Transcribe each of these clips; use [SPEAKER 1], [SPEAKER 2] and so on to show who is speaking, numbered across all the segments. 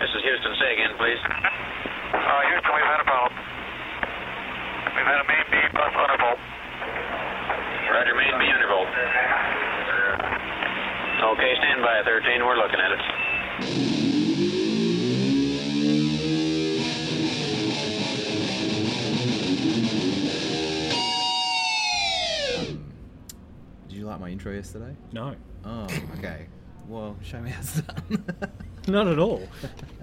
[SPEAKER 1] This is Houston. Say again, please.
[SPEAKER 2] Uh, Houston, we've had a problem. We've had a main beam bus undervolt.
[SPEAKER 1] Roger, main beam interval. Okay, stand by, 13. We're looking at it.
[SPEAKER 3] Did you like my intro yesterday?
[SPEAKER 4] No,
[SPEAKER 3] Oh, okay. Well, show me how it's done.
[SPEAKER 4] not at all.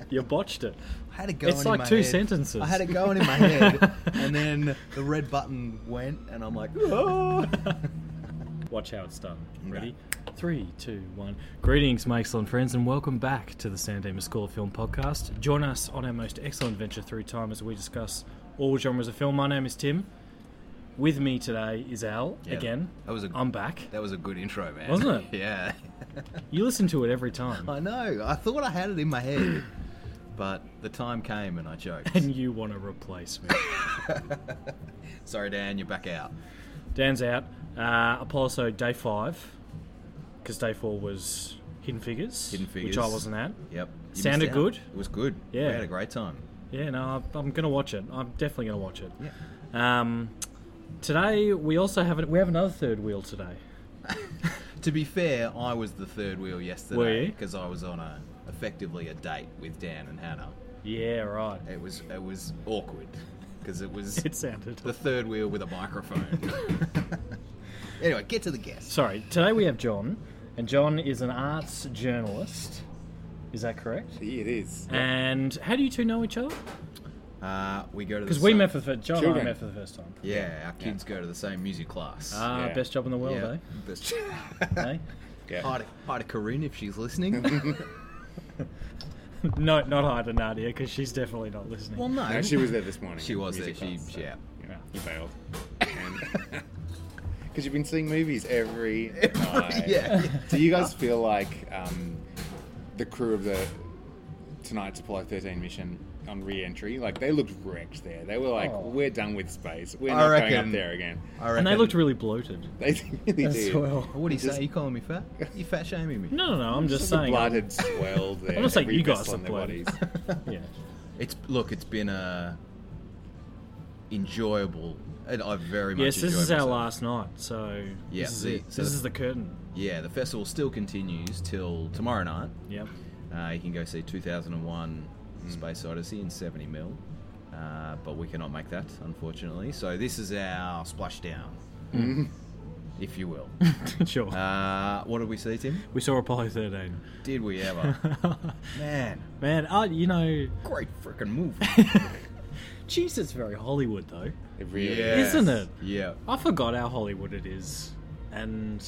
[SPEAKER 4] You botched it.
[SPEAKER 3] I had it going.
[SPEAKER 4] It's
[SPEAKER 3] in
[SPEAKER 4] like
[SPEAKER 3] my
[SPEAKER 4] two
[SPEAKER 3] head.
[SPEAKER 4] sentences.
[SPEAKER 3] I had it going in my head, and then the red button went, and I'm like, oh.
[SPEAKER 4] Watch how it's done. Ready?
[SPEAKER 3] Right.
[SPEAKER 4] Three, two, one. Greetings, my excellent friends, and welcome back to the Sam Damer School of Film podcast. Join us on our most excellent venture through time as we discuss all genres of film. My name is Tim. With me today is Al
[SPEAKER 3] Yeah,
[SPEAKER 4] again.
[SPEAKER 3] that was a-
[SPEAKER 4] I'm back.
[SPEAKER 3] That was a good intro, man.
[SPEAKER 4] Wasn't it?
[SPEAKER 3] yeah.
[SPEAKER 4] You listen to it every time,
[SPEAKER 3] I know. I thought I had it in my head, but the time came and I choked.
[SPEAKER 4] and you want to replace me.
[SPEAKER 3] Sorry, Dan, you're back out.
[SPEAKER 4] Dan's out. Uh, Apollo day five, because day four was Hidden Figures,
[SPEAKER 3] Hidden
[SPEAKER 4] which
[SPEAKER 3] figures.
[SPEAKER 4] I wasn't at.
[SPEAKER 3] Yep. You missed
[SPEAKER 4] Sounded
[SPEAKER 3] out.
[SPEAKER 4] good?
[SPEAKER 3] It was good.
[SPEAKER 4] Yeah.
[SPEAKER 3] We had a great time.
[SPEAKER 4] Yeah, no, I- I'm going to watch it. I'm definitely going to watch it.
[SPEAKER 3] Yeah.
[SPEAKER 4] Um, today we also have an, we have another third wheel today.
[SPEAKER 3] To be fair, I was the third wheel
[SPEAKER 4] Were
[SPEAKER 3] yesterday
[SPEAKER 4] you?
[SPEAKER 3] because I was on a effectively a date with Dan and Hannah.
[SPEAKER 4] Yeah, right.
[SPEAKER 3] It was it was awkward because it was
[SPEAKER 4] It sounded.
[SPEAKER 3] the third wheel with a microphone. anyway, get to the guest.
[SPEAKER 4] Sorry. Today we have John, and John is an arts journalist. Is that correct?
[SPEAKER 5] It is.
[SPEAKER 4] Uh, And how do you two know each other?
[SPEAKER 3] Uh, we go to
[SPEAKER 4] Because
[SPEAKER 3] the
[SPEAKER 4] we
[SPEAKER 3] same-
[SPEAKER 4] met for the first. John and I
[SPEAKER 5] Children.
[SPEAKER 4] met for the first time.
[SPEAKER 3] yeah, our kids go to the same music class.
[SPEAKER 4] Ah,
[SPEAKER 5] Yeah.
[SPEAKER 4] best job in the world,
[SPEAKER 3] yeah, But-
[SPEAKER 4] eh? eh?
[SPEAKER 5] Yeah.
[SPEAKER 3] hi, to, hi to Corinne if she's listening.
[SPEAKER 4] No, not hi to Nadia because she's definitely not listening.
[SPEAKER 3] well, no,
[SPEAKER 5] No, she was there this morning.
[SPEAKER 3] She was there.
[SPEAKER 5] Music
[SPEAKER 3] She
[SPEAKER 5] class, so,
[SPEAKER 3] yeah.
[SPEAKER 5] You know, you failed. Because you've been seeing movies every, night.
[SPEAKER 3] yeah.
[SPEAKER 5] Do you guys feel like um, the crew of the tonight's Apollo 13 mission on re-entry, like they looked wrecked there. They were like,
[SPEAKER 4] Oh.
[SPEAKER 5] "We're done with space. We're
[SPEAKER 3] I
[SPEAKER 5] not going
[SPEAKER 3] reckon-
[SPEAKER 5] up there again."
[SPEAKER 3] I reckon.
[SPEAKER 4] and they looked really bloated
[SPEAKER 5] They really
[SPEAKER 4] as
[SPEAKER 5] did.
[SPEAKER 4] well.
[SPEAKER 3] What do you say? You calling me fat? You fat shaming me?
[SPEAKER 4] No, no, no. I'm just
[SPEAKER 5] The
[SPEAKER 4] saying.
[SPEAKER 5] blood had swelled there.
[SPEAKER 4] I'm not saying
[SPEAKER 5] every
[SPEAKER 4] you guys
[SPEAKER 5] vessel
[SPEAKER 4] are
[SPEAKER 5] on their
[SPEAKER 4] bloated.
[SPEAKER 5] bodies.
[SPEAKER 4] uh, Yeah.
[SPEAKER 3] It's look. It's been a enjoyable. And I very much.
[SPEAKER 4] Yes, this
[SPEAKER 3] enjoyed
[SPEAKER 4] is our
[SPEAKER 3] myself.
[SPEAKER 4] last night, so
[SPEAKER 3] Yeah,
[SPEAKER 4] this is
[SPEAKER 3] the-
[SPEAKER 4] it.
[SPEAKER 3] so
[SPEAKER 4] this
[SPEAKER 3] the-
[SPEAKER 4] is the curtain.
[SPEAKER 3] Yeah, the festival still continues till tomorrow night.
[SPEAKER 4] Yep.
[SPEAKER 3] Uh, you can go see 2001
[SPEAKER 5] Hmm.
[SPEAKER 3] Space Odyssey in 70 mil, uh, but we cannot make that, unfortunately. So this is our splashdown,
[SPEAKER 5] Mm-hmm.
[SPEAKER 3] if you will.
[SPEAKER 4] sure.
[SPEAKER 3] uh, what did we see, Tim?
[SPEAKER 4] we saw Apollo 13.
[SPEAKER 3] Did we ever? Man,
[SPEAKER 4] Man, uh, you know,
[SPEAKER 3] great freaking movie.
[SPEAKER 4] geez, it's very Hollywood though,
[SPEAKER 5] It really
[SPEAKER 3] Yeah.
[SPEAKER 5] is.
[SPEAKER 4] isn't it?
[SPEAKER 3] yeah.
[SPEAKER 4] I forgot how Hollywood it is, and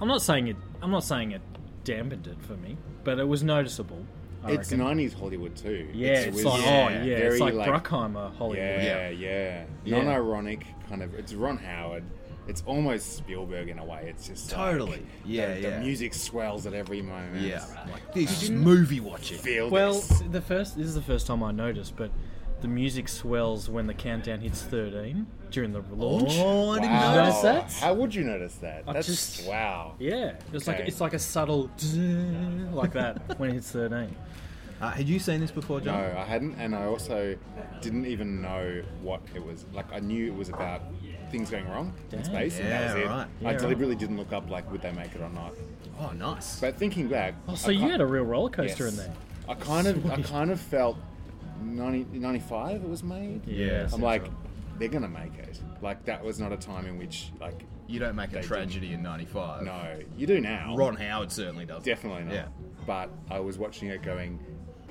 [SPEAKER 4] I'm not saying it. I'm not saying it dampened it for me, but it was noticeable. I
[SPEAKER 5] It's
[SPEAKER 4] reckon.
[SPEAKER 5] 90s Hollywood too.
[SPEAKER 4] Yeah, it's, like oh yeah,
[SPEAKER 3] yeah,
[SPEAKER 4] it's
[SPEAKER 5] very,
[SPEAKER 4] like,
[SPEAKER 5] like-
[SPEAKER 4] Bruckheimer Hollywood.
[SPEAKER 5] Yeah, yeah.
[SPEAKER 3] Yeah.
[SPEAKER 5] Non-ironic kind of. It's Ron Howard. It's almost Spielberg in a way. It's just like,
[SPEAKER 3] Totally. Yeah,
[SPEAKER 5] The,
[SPEAKER 3] yeah.
[SPEAKER 5] the music swells at every moment.
[SPEAKER 3] Yeah.
[SPEAKER 5] It's
[SPEAKER 3] Like, this is movie watching.
[SPEAKER 5] Feel
[SPEAKER 4] Well,
[SPEAKER 5] this.
[SPEAKER 4] the first this is the first time I noticed, but the music swells when the countdown hits 13 during the launch.
[SPEAKER 3] Oh, I didn't
[SPEAKER 5] Wow.
[SPEAKER 3] know.
[SPEAKER 4] notice that?
[SPEAKER 5] How would you notice that?
[SPEAKER 4] I
[SPEAKER 5] That's
[SPEAKER 4] just-
[SPEAKER 5] wow.
[SPEAKER 4] Yeah, it's like
[SPEAKER 5] Okay.
[SPEAKER 4] it's like a subtle like that when it hits 13.
[SPEAKER 3] Uh, had you seen this before,
[SPEAKER 5] No,
[SPEAKER 3] John?
[SPEAKER 5] I hadn't, and I also didn't even know what it was. Like, I knew it was about things going wrong
[SPEAKER 4] Damn.
[SPEAKER 5] in space, and
[SPEAKER 3] Yeah,
[SPEAKER 5] that was it.
[SPEAKER 3] right.
[SPEAKER 4] Yeah,
[SPEAKER 5] I
[SPEAKER 4] right.
[SPEAKER 5] deliberately didn't look up, like, would they make it or not.
[SPEAKER 3] Oh, nice.
[SPEAKER 5] But thinking back,
[SPEAKER 4] Oh, so
[SPEAKER 5] I
[SPEAKER 4] you
[SPEAKER 5] can't-
[SPEAKER 4] had a real roller coaster
[SPEAKER 5] Yes.
[SPEAKER 4] in there.
[SPEAKER 5] I kind of, I
[SPEAKER 4] Sweet.
[SPEAKER 5] kind of felt 90, 95 it was made.
[SPEAKER 3] Yeah.
[SPEAKER 5] I'm like, they're gonna make it. Like that was not a time in which like
[SPEAKER 3] you don't make a
[SPEAKER 5] They
[SPEAKER 3] tragedy in 95.
[SPEAKER 5] no, you do now.
[SPEAKER 3] Ron Howard certainly does.
[SPEAKER 5] Definitely not.
[SPEAKER 3] Yeah.
[SPEAKER 5] But I was watching it going,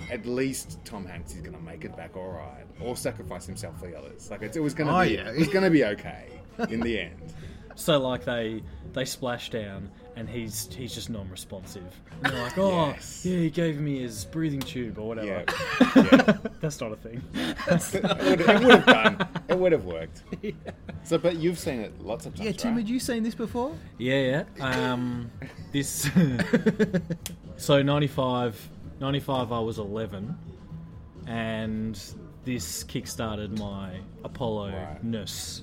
[SPEAKER 5] at least Tom Hanks is gonna make it back all right, or sacrifice himself for the others. Like it, it was gonna
[SPEAKER 3] Oh,
[SPEAKER 5] be,
[SPEAKER 3] yeah.
[SPEAKER 5] it was gonna be okay in the end.
[SPEAKER 4] So like they they splash down and he's he's just non-responsive. And they're like, oh
[SPEAKER 5] Yes.
[SPEAKER 4] yeah, he gave me his breathing tube or whatever.
[SPEAKER 5] Yeah.
[SPEAKER 4] That's not a thing.
[SPEAKER 5] It would have done. It would have worked. So, but you've seen it lots of times.
[SPEAKER 3] Yeah, Tim,
[SPEAKER 5] right?
[SPEAKER 3] had you seen this before?
[SPEAKER 4] Yeah, yeah. Um, this. so 95, 95, I was 11, and this kickstarted my Apollo ness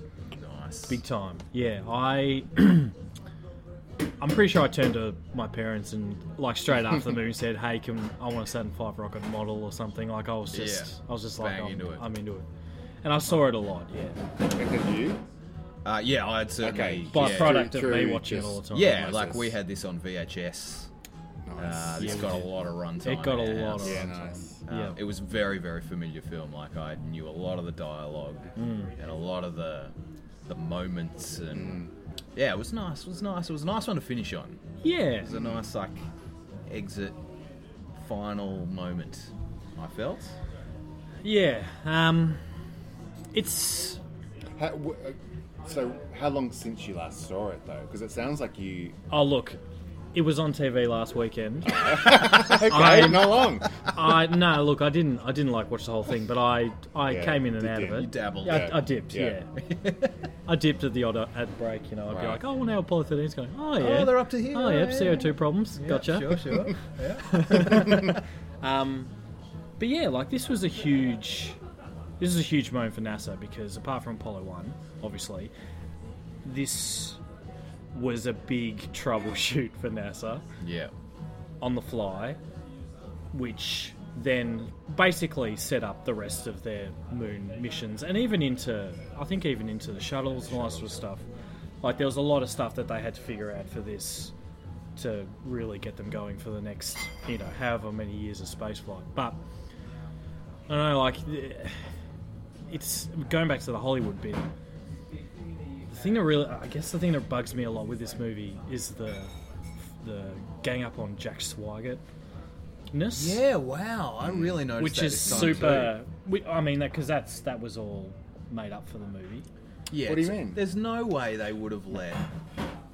[SPEAKER 3] Nice.
[SPEAKER 4] big time. Yeah, I. I'm pretty sure I turned to my parents and like straight after the movie said, "Hey, can I want to set in Five Rocket model or something?" Like I was just,
[SPEAKER 3] Yeah.
[SPEAKER 4] I was just like,
[SPEAKER 3] Bang
[SPEAKER 4] I'm
[SPEAKER 3] into it.
[SPEAKER 4] I'm into it, and I saw it a lot. Yeah,
[SPEAKER 5] Is that you?
[SPEAKER 3] Uh, yeah, I'd certainly.
[SPEAKER 5] Okay.
[SPEAKER 4] by
[SPEAKER 3] yeah,
[SPEAKER 4] product
[SPEAKER 5] true,
[SPEAKER 4] of me
[SPEAKER 5] true,
[SPEAKER 4] watching it
[SPEAKER 5] just-
[SPEAKER 4] all the time.
[SPEAKER 3] Yeah,
[SPEAKER 5] Nice.
[SPEAKER 3] like we had this on VHS. Uh,
[SPEAKER 5] Nice.
[SPEAKER 3] this got a lot of runtime.
[SPEAKER 4] It got a
[SPEAKER 3] in our
[SPEAKER 4] lot
[SPEAKER 3] house.
[SPEAKER 4] of
[SPEAKER 5] yeah,
[SPEAKER 4] runtime.
[SPEAKER 5] nice.
[SPEAKER 3] Um,
[SPEAKER 4] Yeah.
[SPEAKER 3] It was a very, very familiar film. Like I knew a lot of the dialogue
[SPEAKER 4] Mm.
[SPEAKER 3] and a lot of the the moments, and
[SPEAKER 5] Mm.
[SPEAKER 3] yeah, it was nice. It was nice. It was a nice one to finish on.
[SPEAKER 4] yeah,
[SPEAKER 3] It was a
[SPEAKER 5] Mm.
[SPEAKER 3] nice like exit final moment. I felt.
[SPEAKER 4] yeah. Um, it's
[SPEAKER 5] How, w- uh, so, how long since you last saw it though? Because it sounds like you.
[SPEAKER 4] oh look, it was on TV last weekend.
[SPEAKER 5] Okay,
[SPEAKER 4] I-
[SPEAKER 5] not long.
[SPEAKER 4] I no, look, I didn't, I didn't like watch the whole thing, but I, I
[SPEAKER 5] Yeah,
[SPEAKER 4] came in and
[SPEAKER 5] you
[SPEAKER 4] out
[SPEAKER 5] did.
[SPEAKER 4] of
[SPEAKER 5] You
[SPEAKER 4] it.
[SPEAKER 3] dabbled.
[SPEAKER 4] Yeah,
[SPEAKER 5] Yeah.
[SPEAKER 4] I, I dipped.
[SPEAKER 5] Yeah.
[SPEAKER 4] Yeah, I dipped at the odd at the break. You know, I'd be
[SPEAKER 5] Right.
[SPEAKER 4] like, oh, well, now Apollo 13's going. Oh yeah,
[SPEAKER 3] they're up to here,
[SPEAKER 4] Oh yeah,
[SPEAKER 3] yeah,
[SPEAKER 4] CO two problems.
[SPEAKER 3] Yeah,
[SPEAKER 4] gotcha.
[SPEAKER 3] Sure, sure. yeah.
[SPEAKER 4] Um, but yeah, like this was a huge, this is a huge moment for NASA because apart from Apollo One, obviously, this was a big troubleshoot for NASA
[SPEAKER 3] Yeah.
[SPEAKER 4] on the fly, which then basically set up the rest of their moon missions and even into, I think, even into the shuttles and all that sort of stuff. Like, there was a lot of stuff that they had to figure out for this to really get them going for the next, you know, however many years of spaceflight. But, I don't know, like, the- it's going back to the Hollywood bit. The thing that really, I guess, the thing that bugs me a lot with this movie is the the gang up on Jack Swigert ness.
[SPEAKER 3] Yeah. Wow. I
[SPEAKER 5] Hmm.
[SPEAKER 3] really noticed
[SPEAKER 4] which
[SPEAKER 3] that
[SPEAKER 4] is
[SPEAKER 3] this time
[SPEAKER 4] super. We, I mean, that because that's that was all made up for the movie.
[SPEAKER 3] too. Yeah.
[SPEAKER 5] What do you
[SPEAKER 3] it's-
[SPEAKER 5] mean?
[SPEAKER 3] There's no way they would have let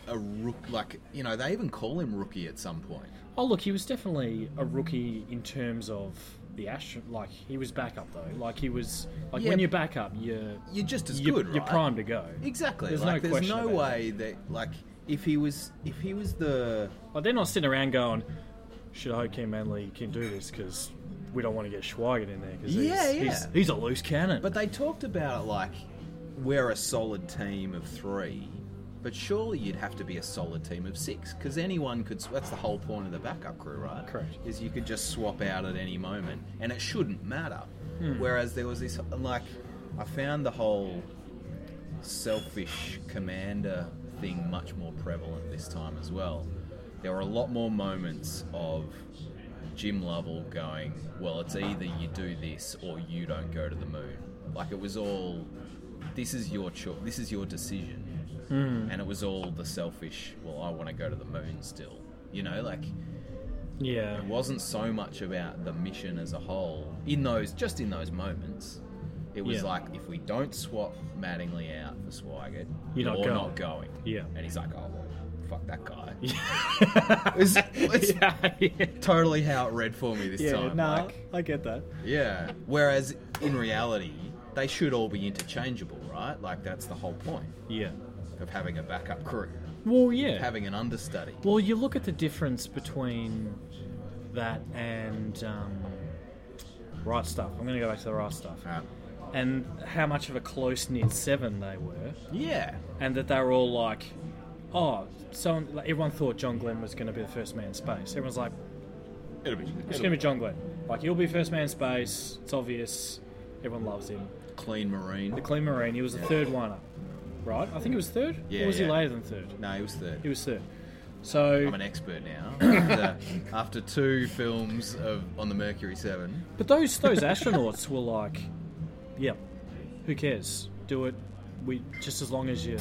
[SPEAKER 3] a rook like you know they even call him rookie at some point.
[SPEAKER 4] Oh look, he was definitely a rookie in terms of the astro. Like he was backup though. Like he was like
[SPEAKER 3] Yeah,
[SPEAKER 4] when
[SPEAKER 3] but-
[SPEAKER 4] you're backup, you're
[SPEAKER 3] You're just as
[SPEAKER 4] you're,
[SPEAKER 3] good, right?
[SPEAKER 4] you're primed to go.
[SPEAKER 3] Exactly.
[SPEAKER 4] There's
[SPEAKER 3] like
[SPEAKER 4] no
[SPEAKER 3] there's
[SPEAKER 4] question
[SPEAKER 3] no
[SPEAKER 4] about
[SPEAKER 3] way that like if he was if he was the
[SPEAKER 4] Like they're not sitting around going, "Should I hope Kim Manley can do this?" Because we don't want to get Schweiger in there. Because
[SPEAKER 3] Yeah,
[SPEAKER 4] he's,
[SPEAKER 3] yeah.
[SPEAKER 4] He's, he's a loose cannon.
[SPEAKER 3] but they talked about it like we're a solid team of 3 but surely you'd have to be a solid team of 6 cuz anyone could s- that's the whole point of the backup crew right
[SPEAKER 4] Correct.
[SPEAKER 3] is you could just swap out at any moment and it shouldn't matter whereas there was this like I found the whole selfish commander thing much more prevalent this time as well. There were a lot more moments of Jim Lovell going, Well, it's either you do this or you don't go to the moon. Like it was all, This is your choice, this is your decision. And it was all the selfish, Well, I want to go to the moon still. You know, like
[SPEAKER 4] yeah,
[SPEAKER 3] it wasn't so much about the mission as a whole in those just in those moments it was
[SPEAKER 4] Yeah.
[SPEAKER 3] like if we don't swap Mattingly out for Swigert
[SPEAKER 4] You're not
[SPEAKER 3] you're
[SPEAKER 4] going.
[SPEAKER 3] not going
[SPEAKER 4] Yeah.
[SPEAKER 3] and he's like oh well fuck that guy it's, it's
[SPEAKER 4] yeah.
[SPEAKER 3] totally how it read for me this time like,
[SPEAKER 4] I get that.
[SPEAKER 3] yeah whereas in reality they should all be interchangeable right like that's the whole point
[SPEAKER 4] Yeah.
[SPEAKER 3] of having a backup crew
[SPEAKER 4] Well, yeah.
[SPEAKER 3] having an understudy
[SPEAKER 4] well, you look at the difference between that and um, right stuff. I'm going to go back to the right stuff.
[SPEAKER 3] Uh,
[SPEAKER 4] And how much of a close knit seven they were,
[SPEAKER 3] yeah
[SPEAKER 4] and that they were all like, oh, so like, everyone thought John Glenn was going to be the first man in space. Everyone's like,
[SPEAKER 3] it'll be, it'll
[SPEAKER 4] it's going to be John Glenn. Like he'll be first man in space. It's obvious. Everyone loves him.
[SPEAKER 3] be clean marine
[SPEAKER 4] The Clean Marine. He was the third one up, right? I think he was third.
[SPEAKER 3] Yeah,
[SPEAKER 4] Or was he
[SPEAKER 3] yeah.
[SPEAKER 4] later than third?
[SPEAKER 3] no it was third
[SPEAKER 4] He was third. So
[SPEAKER 3] I'm an expert now. After, after two films of on the Mercury Seven,
[SPEAKER 4] But those those astronauts were like, yeah, who cares? Do it. We just as long as you,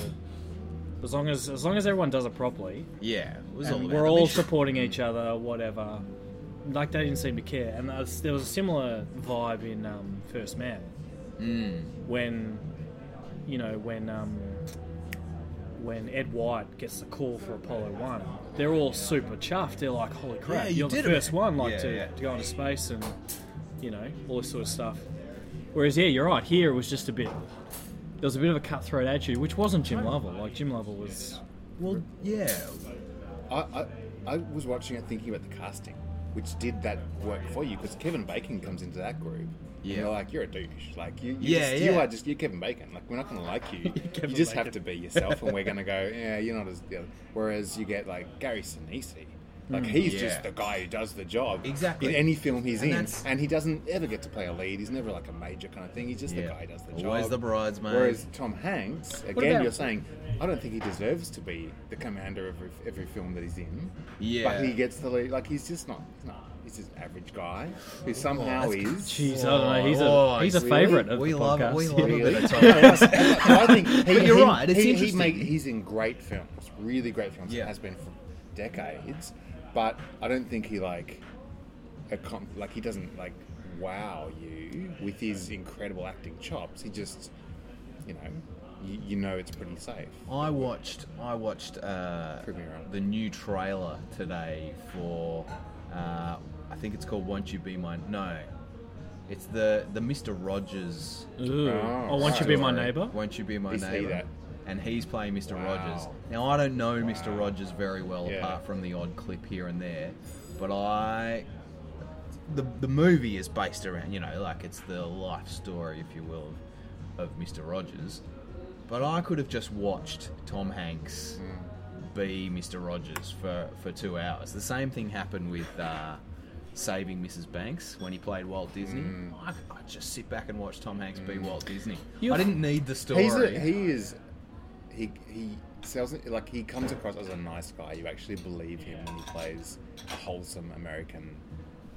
[SPEAKER 4] as long as as long as everyone does it properly,
[SPEAKER 3] yeah, it was all
[SPEAKER 4] and
[SPEAKER 3] about
[SPEAKER 4] we're
[SPEAKER 3] the
[SPEAKER 4] all
[SPEAKER 3] mission.
[SPEAKER 4] supporting each other, whatever. Like they didn't seem to care, and there was, there was a similar vibe in um, First Man
[SPEAKER 3] Hmm.
[SPEAKER 4] when, you know, when um, when Ed White gets the call for Apollo One, they're all super chuffed. They're like, "Holy crap,
[SPEAKER 3] Yeah, you
[SPEAKER 4] are the
[SPEAKER 3] did it,
[SPEAKER 4] first
[SPEAKER 3] man."
[SPEAKER 4] one like
[SPEAKER 3] Yeah,
[SPEAKER 4] to,
[SPEAKER 3] yeah.
[SPEAKER 4] to go into space and you know all this sort of stuff." Whereas, yeah, you're right. Here it was just a bit. There was a bit of a cutthroat attitude, which wasn't Jim Lovell. Like Jim Lovell was.
[SPEAKER 3] Well, yeah,
[SPEAKER 5] I, I, I was watching it thinking about the casting, which did that work for you because Kevin Bacon comes into that group. Yeah.
[SPEAKER 3] Yeah.
[SPEAKER 5] you're like, you're a douche. Like, you, you
[SPEAKER 3] Yeah,
[SPEAKER 5] just, you
[SPEAKER 3] yeah.
[SPEAKER 5] are just, you're Kevin Bacon. Like, we're not going to like you. you
[SPEAKER 4] Kevin
[SPEAKER 5] just have to
[SPEAKER 4] Bacon.
[SPEAKER 5] be yourself, and we're going to go, yeah, you're not as. You know. Whereas you get, like, Gary Sinise. Like, he's
[SPEAKER 3] Hmm. Yeah.
[SPEAKER 5] just the guy who does the job.
[SPEAKER 3] Exactly.
[SPEAKER 5] In any film he's
[SPEAKER 3] And
[SPEAKER 5] in.
[SPEAKER 3] that's-
[SPEAKER 5] And he doesn't ever get to play a lead. He's never, like, a major kind of thing. He's just the
[SPEAKER 3] Yeah.
[SPEAKER 5] guy who does the job.
[SPEAKER 3] Always the bridesmaid.
[SPEAKER 5] Whereas Tom Hanks, again,
[SPEAKER 4] about-
[SPEAKER 5] you're saying, I don't think he deserves to be the commander of every, every film that he's in.
[SPEAKER 3] Yeah.
[SPEAKER 5] But he gets the lead. Like, he's just not. He's not. He's just an average guy who somehow
[SPEAKER 3] Oh, that's
[SPEAKER 5] is.
[SPEAKER 4] Jeez, I don't know. He's a
[SPEAKER 3] Oh,
[SPEAKER 4] he's a
[SPEAKER 3] really?
[SPEAKER 4] favourite of
[SPEAKER 3] We
[SPEAKER 4] the
[SPEAKER 3] love it,
[SPEAKER 4] podcast.
[SPEAKER 3] we love it.
[SPEAKER 5] Really?
[SPEAKER 3] bit of
[SPEAKER 5] No,
[SPEAKER 3] time.
[SPEAKER 5] that's- I think he,
[SPEAKER 3] But you're
[SPEAKER 5] he-
[SPEAKER 3] right, it's
[SPEAKER 5] he- he
[SPEAKER 3] interesting.
[SPEAKER 5] make- he's in great films, really great films.
[SPEAKER 3] Yeah.
[SPEAKER 5] has been for decades, but I don't think he like, accom- like he doesn't like wow you with his incredible acting chops. He just, you know, you, you know it's pretty safe.
[SPEAKER 3] I watched I watched uh,
[SPEAKER 5] Prove me wrong.
[SPEAKER 3] the new trailer today for uh, I think it's called Won't You Be Mine. No, it's the the Mister Rogers.
[SPEAKER 4] Ooh.
[SPEAKER 5] Oh,
[SPEAKER 4] Oh, won't you be my
[SPEAKER 3] story.
[SPEAKER 4] neighbour?
[SPEAKER 3] Won't you be my
[SPEAKER 5] Is he
[SPEAKER 3] neighbor?
[SPEAKER 5] that?
[SPEAKER 3] And he's playing Mr.
[SPEAKER 5] Wow.
[SPEAKER 3] Rogers. Now I don't know Mr.
[SPEAKER 5] Wow.
[SPEAKER 3] Rogers very well
[SPEAKER 5] Yeah.
[SPEAKER 3] apart from the odd clip here and there, but I the the movie is based around you know like it's the life story if you will of, of Mr. Rogers. But I could have just watched Tom Hanks be Mr. Rogers for, for two hours. The same thing happened with uh, Saving Mrs. Banks when he played Walt Disney.
[SPEAKER 5] Mm.
[SPEAKER 3] I, I just sit back and watch Tom Hanks be Walt Disney.
[SPEAKER 4] You-
[SPEAKER 3] I didn't need the story.
[SPEAKER 5] He's a, he is, he he sells it like he comes across as a nice guy. You actually believe him when he plays a wholesome American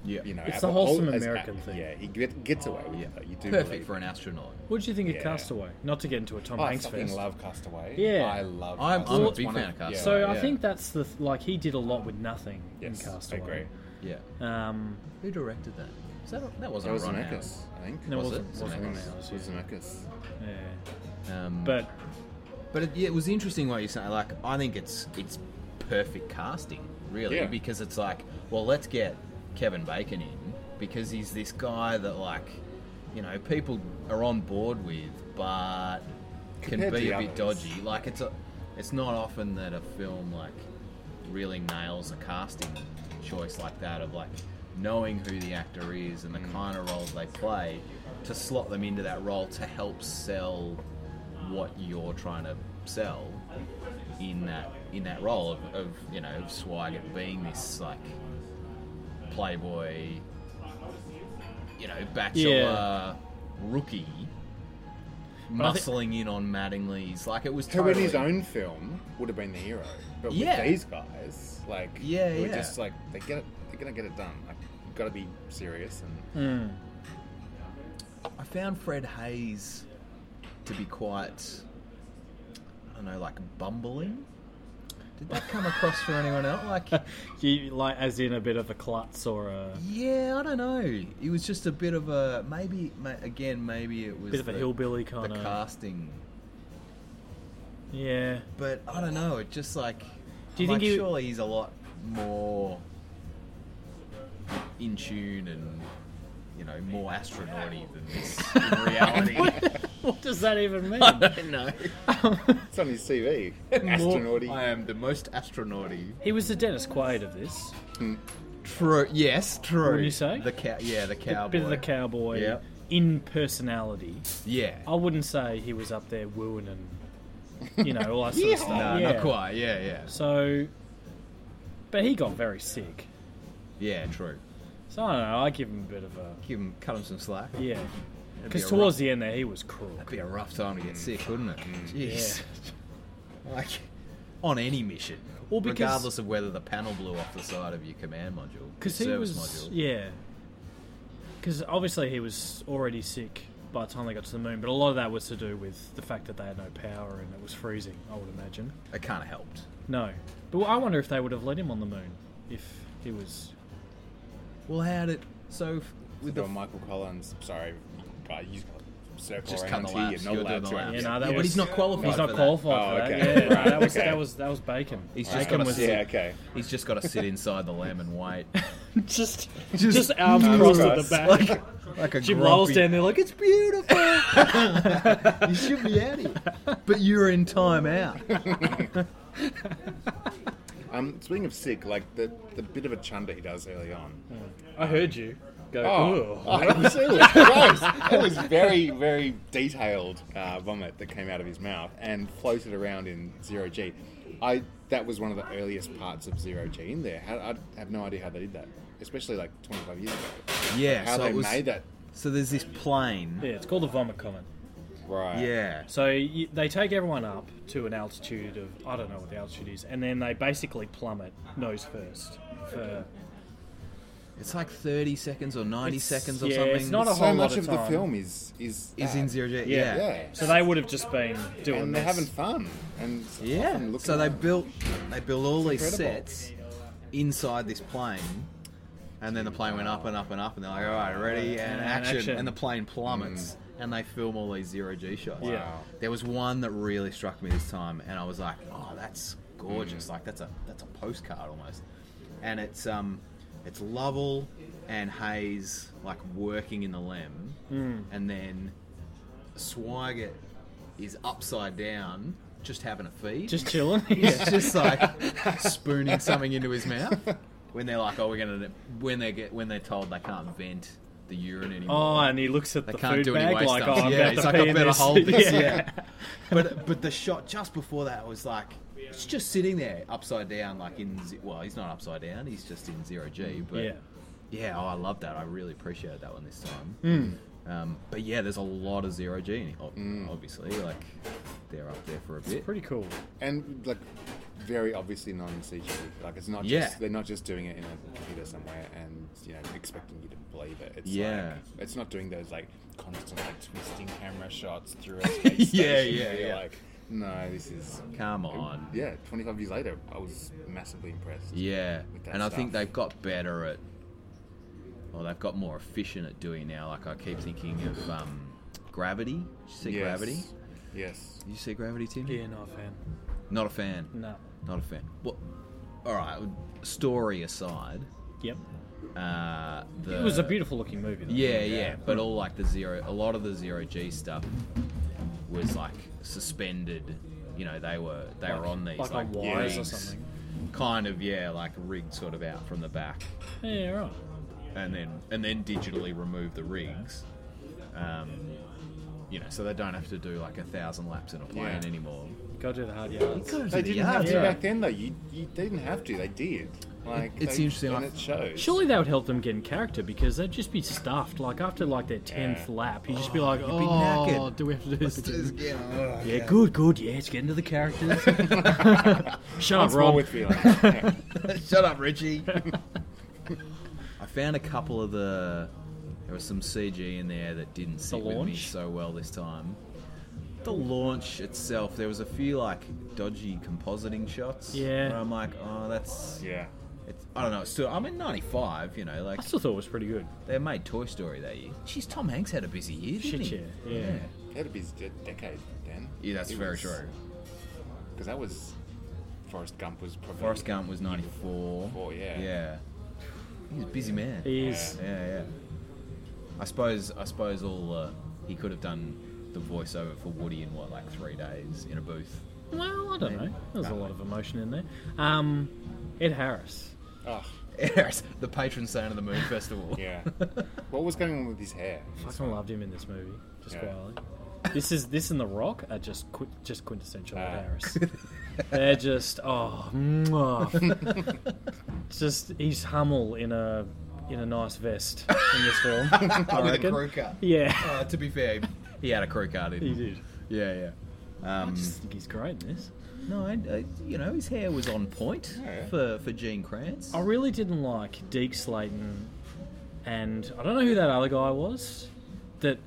[SPEAKER 3] yeah.
[SPEAKER 5] you know,
[SPEAKER 4] It's
[SPEAKER 5] as
[SPEAKER 4] the
[SPEAKER 5] a whole-
[SPEAKER 4] wholesome
[SPEAKER 5] as-
[SPEAKER 4] American
[SPEAKER 5] uh,
[SPEAKER 4] thing.
[SPEAKER 5] Yeah, he get, gets away with
[SPEAKER 3] yeah.
[SPEAKER 5] it. Though. You do
[SPEAKER 3] Perfect
[SPEAKER 5] believe
[SPEAKER 3] for an
[SPEAKER 5] it.
[SPEAKER 3] astronaut.
[SPEAKER 4] What do you think
[SPEAKER 5] Yeah.
[SPEAKER 4] of Castaway? Not to get into a Tom
[SPEAKER 5] Oh, I
[SPEAKER 4] Hanks
[SPEAKER 5] fucking
[SPEAKER 4] fest.
[SPEAKER 5] love Castaway.
[SPEAKER 4] Yeah.
[SPEAKER 5] I love.
[SPEAKER 3] I'm- I'm
[SPEAKER 5] Castaway.
[SPEAKER 3] a
[SPEAKER 5] It's
[SPEAKER 3] big
[SPEAKER 5] one
[SPEAKER 3] fan
[SPEAKER 5] of-
[SPEAKER 3] of Castaway.
[SPEAKER 4] So I
[SPEAKER 5] yeah.
[SPEAKER 4] think that's the like he did a lot with nothing
[SPEAKER 5] Yes,
[SPEAKER 4] in Castaway.
[SPEAKER 5] I agree.
[SPEAKER 3] Yeah.
[SPEAKER 4] Um,
[SPEAKER 3] Who directed that? Is that that
[SPEAKER 5] That
[SPEAKER 3] wasn't
[SPEAKER 5] was
[SPEAKER 3] Ron Howard.
[SPEAKER 5] Zemeckis, I think.
[SPEAKER 4] no,
[SPEAKER 3] Was
[SPEAKER 4] it
[SPEAKER 3] it?
[SPEAKER 4] wasn't,
[SPEAKER 5] I
[SPEAKER 4] wasn't
[SPEAKER 5] think
[SPEAKER 4] on
[SPEAKER 5] it
[SPEAKER 4] ours,
[SPEAKER 5] was
[SPEAKER 4] yeah.
[SPEAKER 5] Zemeckis.
[SPEAKER 4] Yeah.
[SPEAKER 3] Um,
[SPEAKER 4] But
[SPEAKER 3] But it, yeah, it was interesting what you say. Like, I think it's it's perfect casting, really,
[SPEAKER 5] Yeah.
[SPEAKER 3] because it's like, well, let's get Kevin Bacon in because he's this guy that like, you know, people are on board with, but can
[SPEAKER 5] Compared to
[SPEAKER 3] be
[SPEAKER 5] the
[SPEAKER 3] a bit
[SPEAKER 5] others.
[SPEAKER 3] dodgy. Like, it's a, it's not often that a film like really nails a casting choice like that of like knowing who the actor is and the
[SPEAKER 5] Mm.
[SPEAKER 3] kind of roles they play to slot them into that role to help sell what you're trying to sell in that in that role of, of you know of Swigert being this like playboy you know bachelor rookie
[SPEAKER 4] I thi-
[SPEAKER 3] muscling in on Mattingly's like it was
[SPEAKER 5] Who in his
[SPEAKER 3] totally-
[SPEAKER 5] own film would have been the hero, but
[SPEAKER 3] Yeah.
[SPEAKER 5] with these guys, like,
[SPEAKER 3] Yeah,
[SPEAKER 5] we're
[SPEAKER 3] yeah.
[SPEAKER 5] just like they get it. They're gonna get it done. Like, you've got to be serious and.
[SPEAKER 3] I found Fred Hayes to be quite, I don't know, like bumbling. Did that come across for anyone else? Like,
[SPEAKER 4] you like as in a bit of a klutz or a
[SPEAKER 3] yeah, I don't know. It was just a bit of a maybe. ma- Again, maybe it was
[SPEAKER 4] bit of a
[SPEAKER 3] the-
[SPEAKER 4] hillbilly
[SPEAKER 3] The
[SPEAKER 4] kind of.
[SPEAKER 3] casting,
[SPEAKER 4] Yeah.
[SPEAKER 3] but I don't know. It just like,
[SPEAKER 4] Do you
[SPEAKER 3] I'm
[SPEAKER 4] think
[SPEAKER 3] like,
[SPEAKER 4] you-
[SPEAKER 3] surely he's a lot more in tune and you know more astronauty than this in reality?
[SPEAKER 4] what does that even mean?
[SPEAKER 3] I don't know.
[SPEAKER 5] It's on his CV. Astronauty.
[SPEAKER 3] I am the most astronauty.
[SPEAKER 4] he was the Dennis Quaid of this.
[SPEAKER 3] True. Yes. True.
[SPEAKER 4] Wouldn't you say?
[SPEAKER 3] the cow? Yeah, the
[SPEAKER 4] A
[SPEAKER 3] cowboy.
[SPEAKER 4] Bit of the cowboy
[SPEAKER 3] Yep.
[SPEAKER 4] in personality.
[SPEAKER 3] Yeah.
[SPEAKER 4] I wouldn't say he was up there wooing and you know all that sort of stuff.
[SPEAKER 3] no,
[SPEAKER 4] yeah.
[SPEAKER 3] not quite. Yeah, yeah,
[SPEAKER 4] So, but he got very sick.
[SPEAKER 3] yeah. True.
[SPEAKER 4] So I don't know. I give him a bit of a
[SPEAKER 3] Give him, cut him some slack.
[SPEAKER 4] yeah.
[SPEAKER 3] It'd be
[SPEAKER 4] Because
[SPEAKER 3] a
[SPEAKER 4] towards
[SPEAKER 3] rough-
[SPEAKER 4] the end there, he was cruel.
[SPEAKER 3] that'd be a rough time
[SPEAKER 5] Mm.
[SPEAKER 3] to get sick, wouldn't it? Jeez.
[SPEAKER 4] Yeah.
[SPEAKER 3] Like on any mission,
[SPEAKER 4] Well, because-
[SPEAKER 3] regardless of whether the panel blew off the side of your command module,
[SPEAKER 4] Because he
[SPEAKER 3] service
[SPEAKER 4] was
[SPEAKER 3] module.
[SPEAKER 4] yeah. Because obviously he was already sick by the time they got to the moon, but a lot of that was to do with the fact that they had no power and it was freezing. I would imagine.
[SPEAKER 3] It kind of helped.
[SPEAKER 4] No, but I wonder if they would have let him on the moon if he was.
[SPEAKER 3] Well, how did so f- with the
[SPEAKER 5] Well, Michael Collins. Sorry, guy. You circle
[SPEAKER 3] Just cut
[SPEAKER 5] around
[SPEAKER 3] the
[SPEAKER 5] here.
[SPEAKER 3] laps,
[SPEAKER 5] No
[SPEAKER 3] you're doing
[SPEAKER 5] laps
[SPEAKER 3] the
[SPEAKER 5] around
[SPEAKER 3] laps.
[SPEAKER 5] here.
[SPEAKER 4] Yeah, no, that
[SPEAKER 3] yeah, but
[SPEAKER 4] was-
[SPEAKER 3] he's not qualified.
[SPEAKER 4] He's not
[SPEAKER 3] for that.
[SPEAKER 4] qualified for
[SPEAKER 5] Oh,
[SPEAKER 4] that.
[SPEAKER 5] okay.
[SPEAKER 4] Yeah,
[SPEAKER 5] Right,
[SPEAKER 4] that was
[SPEAKER 5] okay.
[SPEAKER 4] that was that was Bacon.
[SPEAKER 3] He's
[SPEAKER 4] Bacon
[SPEAKER 3] just got
[SPEAKER 4] was
[SPEAKER 3] a
[SPEAKER 5] Yeah. Okay.
[SPEAKER 3] He's just got to sit inside the lamb and wait.
[SPEAKER 4] just just, arms
[SPEAKER 5] arms
[SPEAKER 4] crossed at the
[SPEAKER 5] crossed.
[SPEAKER 4] back.
[SPEAKER 3] like, like a
[SPEAKER 4] Jim
[SPEAKER 3] grumpy-
[SPEAKER 4] Lowell's down there like it's beautiful.
[SPEAKER 3] You should be out here. But you're in time out.
[SPEAKER 5] Um, speaking of sick, like the the bit of a chunder he does early on.
[SPEAKER 4] I heard you. go,
[SPEAKER 5] Oh,
[SPEAKER 4] "Ugh."
[SPEAKER 5] it was, it was gross. It was very, very detailed uh, vomit that came out of his mouth and floated around in zero G. I that was one of the earliest parts of zero G in there. How, I have no idea how they did that, especially like 25 years ago.
[SPEAKER 3] Yeah,
[SPEAKER 5] how
[SPEAKER 3] so
[SPEAKER 5] they
[SPEAKER 3] it was-
[SPEAKER 5] made that?
[SPEAKER 3] So there's this plane.
[SPEAKER 4] Yeah, it's called the vomit common.
[SPEAKER 5] Right.
[SPEAKER 3] Yeah.
[SPEAKER 4] So you, they take everyone up to an altitude of I don't know what the altitude is, and then they basically plummet nose first. For
[SPEAKER 3] It's like 30 seconds or 90
[SPEAKER 4] It's-
[SPEAKER 3] seconds or
[SPEAKER 4] yeah,
[SPEAKER 3] something.
[SPEAKER 4] it's not a-
[SPEAKER 5] So
[SPEAKER 4] whole
[SPEAKER 5] much
[SPEAKER 4] lot of
[SPEAKER 5] of the
[SPEAKER 4] time.
[SPEAKER 5] film is is
[SPEAKER 3] Is
[SPEAKER 5] that.
[SPEAKER 3] in zero G.
[SPEAKER 4] Yeah.
[SPEAKER 5] Yeah.
[SPEAKER 4] so they would have just been doing
[SPEAKER 5] and
[SPEAKER 4] this.
[SPEAKER 5] they're having fun and it's
[SPEAKER 3] Yeah.
[SPEAKER 5] fun looking
[SPEAKER 3] So they
[SPEAKER 5] around.
[SPEAKER 3] built they built all these
[SPEAKER 5] incredible.
[SPEAKER 3] sets inside this plane, and then the plane went up and up and up, and they're like, all right, ready and,
[SPEAKER 4] And
[SPEAKER 3] action.
[SPEAKER 4] action.
[SPEAKER 3] and the plane plummets, and they film all these zero G shots.
[SPEAKER 4] Yeah.
[SPEAKER 5] Wow.
[SPEAKER 3] There was one that really struck me this time, and I was like, oh, that's gorgeous. Like that's a that's a postcard almost, and it's um. It's Lovell and Hayes like working in the lem, and then Swigert is upside down, just having a feed.
[SPEAKER 4] just chilling.
[SPEAKER 3] He's just like spooning something into his mouth. When they're like, "Oh, we're gonna," when they get when they're told they can't vent the urine anymore.
[SPEAKER 4] Oh, and he looks at
[SPEAKER 3] They
[SPEAKER 4] the
[SPEAKER 3] can't
[SPEAKER 4] food
[SPEAKER 3] do any
[SPEAKER 4] bag
[SPEAKER 3] waste
[SPEAKER 4] like,
[SPEAKER 3] dumps.
[SPEAKER 4] oh, I'm
[SPEAKER 3] Yeah,
[SPEAKER 4] about
[SPEAKER 3] it's
[SPEAKER 4] to
[SPEAKER 3] like,
[SPEAKER 4] pee
[SPEAKER 3] I
[SPEAKER 4] in
[SPEAKER 3] better
[SPEAKER 4] this.
[SPEAKER 3] hold this,
[SPEAKER 4] yeah.
[SPEAKER 3] yeah. but but the shot just before that was like it's just sitting there upside down, like in ze- well, he's not upside down, he's just in zero g. But
[SPEAKER 4] Yeah.
[SPEAKER 3] yeah, oh, I love that. I really appreciate that one this time.
[SPEAKER 4] Hmm.
[SPEAKER 3] Um, but yeah, there's a lot of zero g, in it, ob- obviously. Like they're up there for a bit.
[SPEAKER 4] Pretty cool.
[SPEAKER 5] and like very obviously non-CG. Like it's not
[SPEAKER 3] Yeah.
[SPEAKER 5] just they're not just doing it in a computer somewhere and you know expecting you to believe it. It's
[SPEAKER 3] Yeah.
[SPEAKER 5] like, it's not doing those like constant like twisting camera shots through a space
[SPEAKER 3] Yeah,
[SPEAKER 5] station
[SPEAKER 3] yeah,
[SPEAKER 5] where you're
[SPEAKER 3] yeah.
[SPEAKER 5] Like no, this is
[SPEAKER 3] Come on.
[SPEAKER 5] yeah. Twenty five years later, I was massively impressed.
[SPEAKER 3] Yeah,
[SPEAKER 5] with that
[SPEAKER 3] and I think
[SPEAKER 5] stuff.
[SPEAKER 3] they've got better at, well, they've got more efficient at doing now. Like I keep thinking of um, Gravity. Did you see
[SPEAKER 5] Yes.
[SPEAKER 3] Gravity?
[SPEAKER 5] Yes.
[SPEAKER 3] Did you see Gravity, Tim?
[SPEAKER 4] Yeah, not a fan.
[SPEAKER 3] Not a fan.
[SPEAKER 4] No.
[SPEAKER 3] Not a fan. Well, all right. Story aside,
[SPEAKER 4] Yep.
[SPEAKER 3] uh, the,
[SPEAKER 4] It was a beautiful looking movie. Though.
[SPEAKER 3] Yeah, yeah, but all like the zero, a lot of the zero G stuff was like suspended. You know, they were they were on these
[SPEAKER 4] like,
[SPEAKER 3] like,
[SPEAKER 4] on wires or
[SPEAKER 3] rigs,
[SPEAKER 4] something.
[SPEAKER 3] kind of yeah, like rigged sort of out from the back.
[SPEAKER 4] Yeah, right.
[SPEAKER 3] and then and then digitally remove the rigs. Um, you know, so they don't have to do like a thousand laps in a plane
[SPEAKER 5] Yeah.
[SPEAKER 3] anymore.
[SPEAKER 4] Gotta do the hard yards.
[SPEAKER 5] They didn't have to
[SPEAKER 4] yeah.
[SPEAKER 5] back then though. You, you they didn't have to. They did. Like
[SPEAKER 3] it's
[SPEAKER 5] they-
[SPEAKER 3] interesting,
[SPEAKER 5] and
[SPEAKER 3] I-
[SPEAKER 5] it shows.
[SPEAKER 4] Surely that would help them get in character because they'd just be stuffed. Like after like their tenth
[SPEAKER 5] Yeah.
[SPEAKER 4] lap, you'd just be like,
[SPEAKER 3] be
[SPEAKER 4] "Oh,
[SPEAKER 3] knackered.
[SPEAKER 4] do we have to do this again?"
[SPEAKER 3] Yeah.
[SPEAKER 4] Yeah, good, good. Yeah, it's getting to the characters. Shut up,
[SPEAKER 5] What's wrong
[SPEAKER 4] Rob.
[SPEAKER 5] with feeling? Yeah.
[SPEAKER 3] Shut up, Richie. I found a couple of the. There was some CG in there that didn't sit with me
[SPEAKER 4] launch?
[SPEAKER 3] so well this time. The launch itself, there was a few like dodgy compositing shots.
[SPEAKER 4] Yeah.
[SPEAKER 3] Where I'm like, oh, that's.
[SPEAKER 5] yeah.
[SPEAKER 3] It's, I don't know. It's still, I'm in '95. You know, like
[SPEAKER 4] I still thought it was pretty good.
[SPEAKER 3] They made Toy Story that year. Jeez, Tom Hanks had a busy year, didn't
[SPEAKER 4] Shit,
[SPEAKER 3] he?
[SPEAKER 4] yeah, yeah.
[SPEAKER 5] That'd be a decade then.
[SPEAKER 3] Yeah, that's
[SPEAKER 5] It
[SPEAKER 3] very
[SPEAKER 5] was-
[SPEAKER 3] true.
[SPEAKER 5] Because that was Forrest Gump was probably
[SPEAKER 3] Forrest Gump was 94.
[SPEAKER 5] Four, yeah.
[SPEAKER 3] Yeah. He was a busy man. Yeah,
[SPEAKER 4] He's
[SPEAKER 3] yeah. I suppose I suppose all uh, he could have done the voiceover for Woody in what like 3 days in a booth.
[SPEAKER 4] well, I don't know. There's a lot of emotion in there. Um, Ed Harris.
[SPEAKER 5] Oh,
[SPEAKER 3] Yes, the patron saint of the Moon Festival.
[SPEAKER 5] yeah. what was going on with his hair?
[SPEAKER 4] Fucking loved him in this movie. Just
[SPEAKER 5] Yeah.
[SPEAKER 4] quietly. This is this and The Rock are just qui- just quintessential Ed
[SPEAKER 5] Ah.
[SPEAKER 4] Harris. They're just oh, mwah. just he's Hummel in a in a nice vest in this film. I
[SPEAKER 3] With a
[SPEAKER 4] reckon.
[SPEAKER 3] crew cut.
[SPEAKER 4] Yeah,
[SPEAKER 3] Uh, to be fair, he had a crew cut in.
[SPEAKER 4] he did.
[SPEAKER 3] Yeah, yeah.
[SPEAKER 4] I
[SPEAKER 3] Um,
[SPEAKER 4] just think he's great in this.
[SPEAKER 3] no, I, I, you know, his hair was on point
[SPEAKER 5] Yeah.
[SPEAKER 3] for, for Gene Kranz.
[SPEAKER 4] I really didn't like Deke Slayton, and I don't know who that other guy was that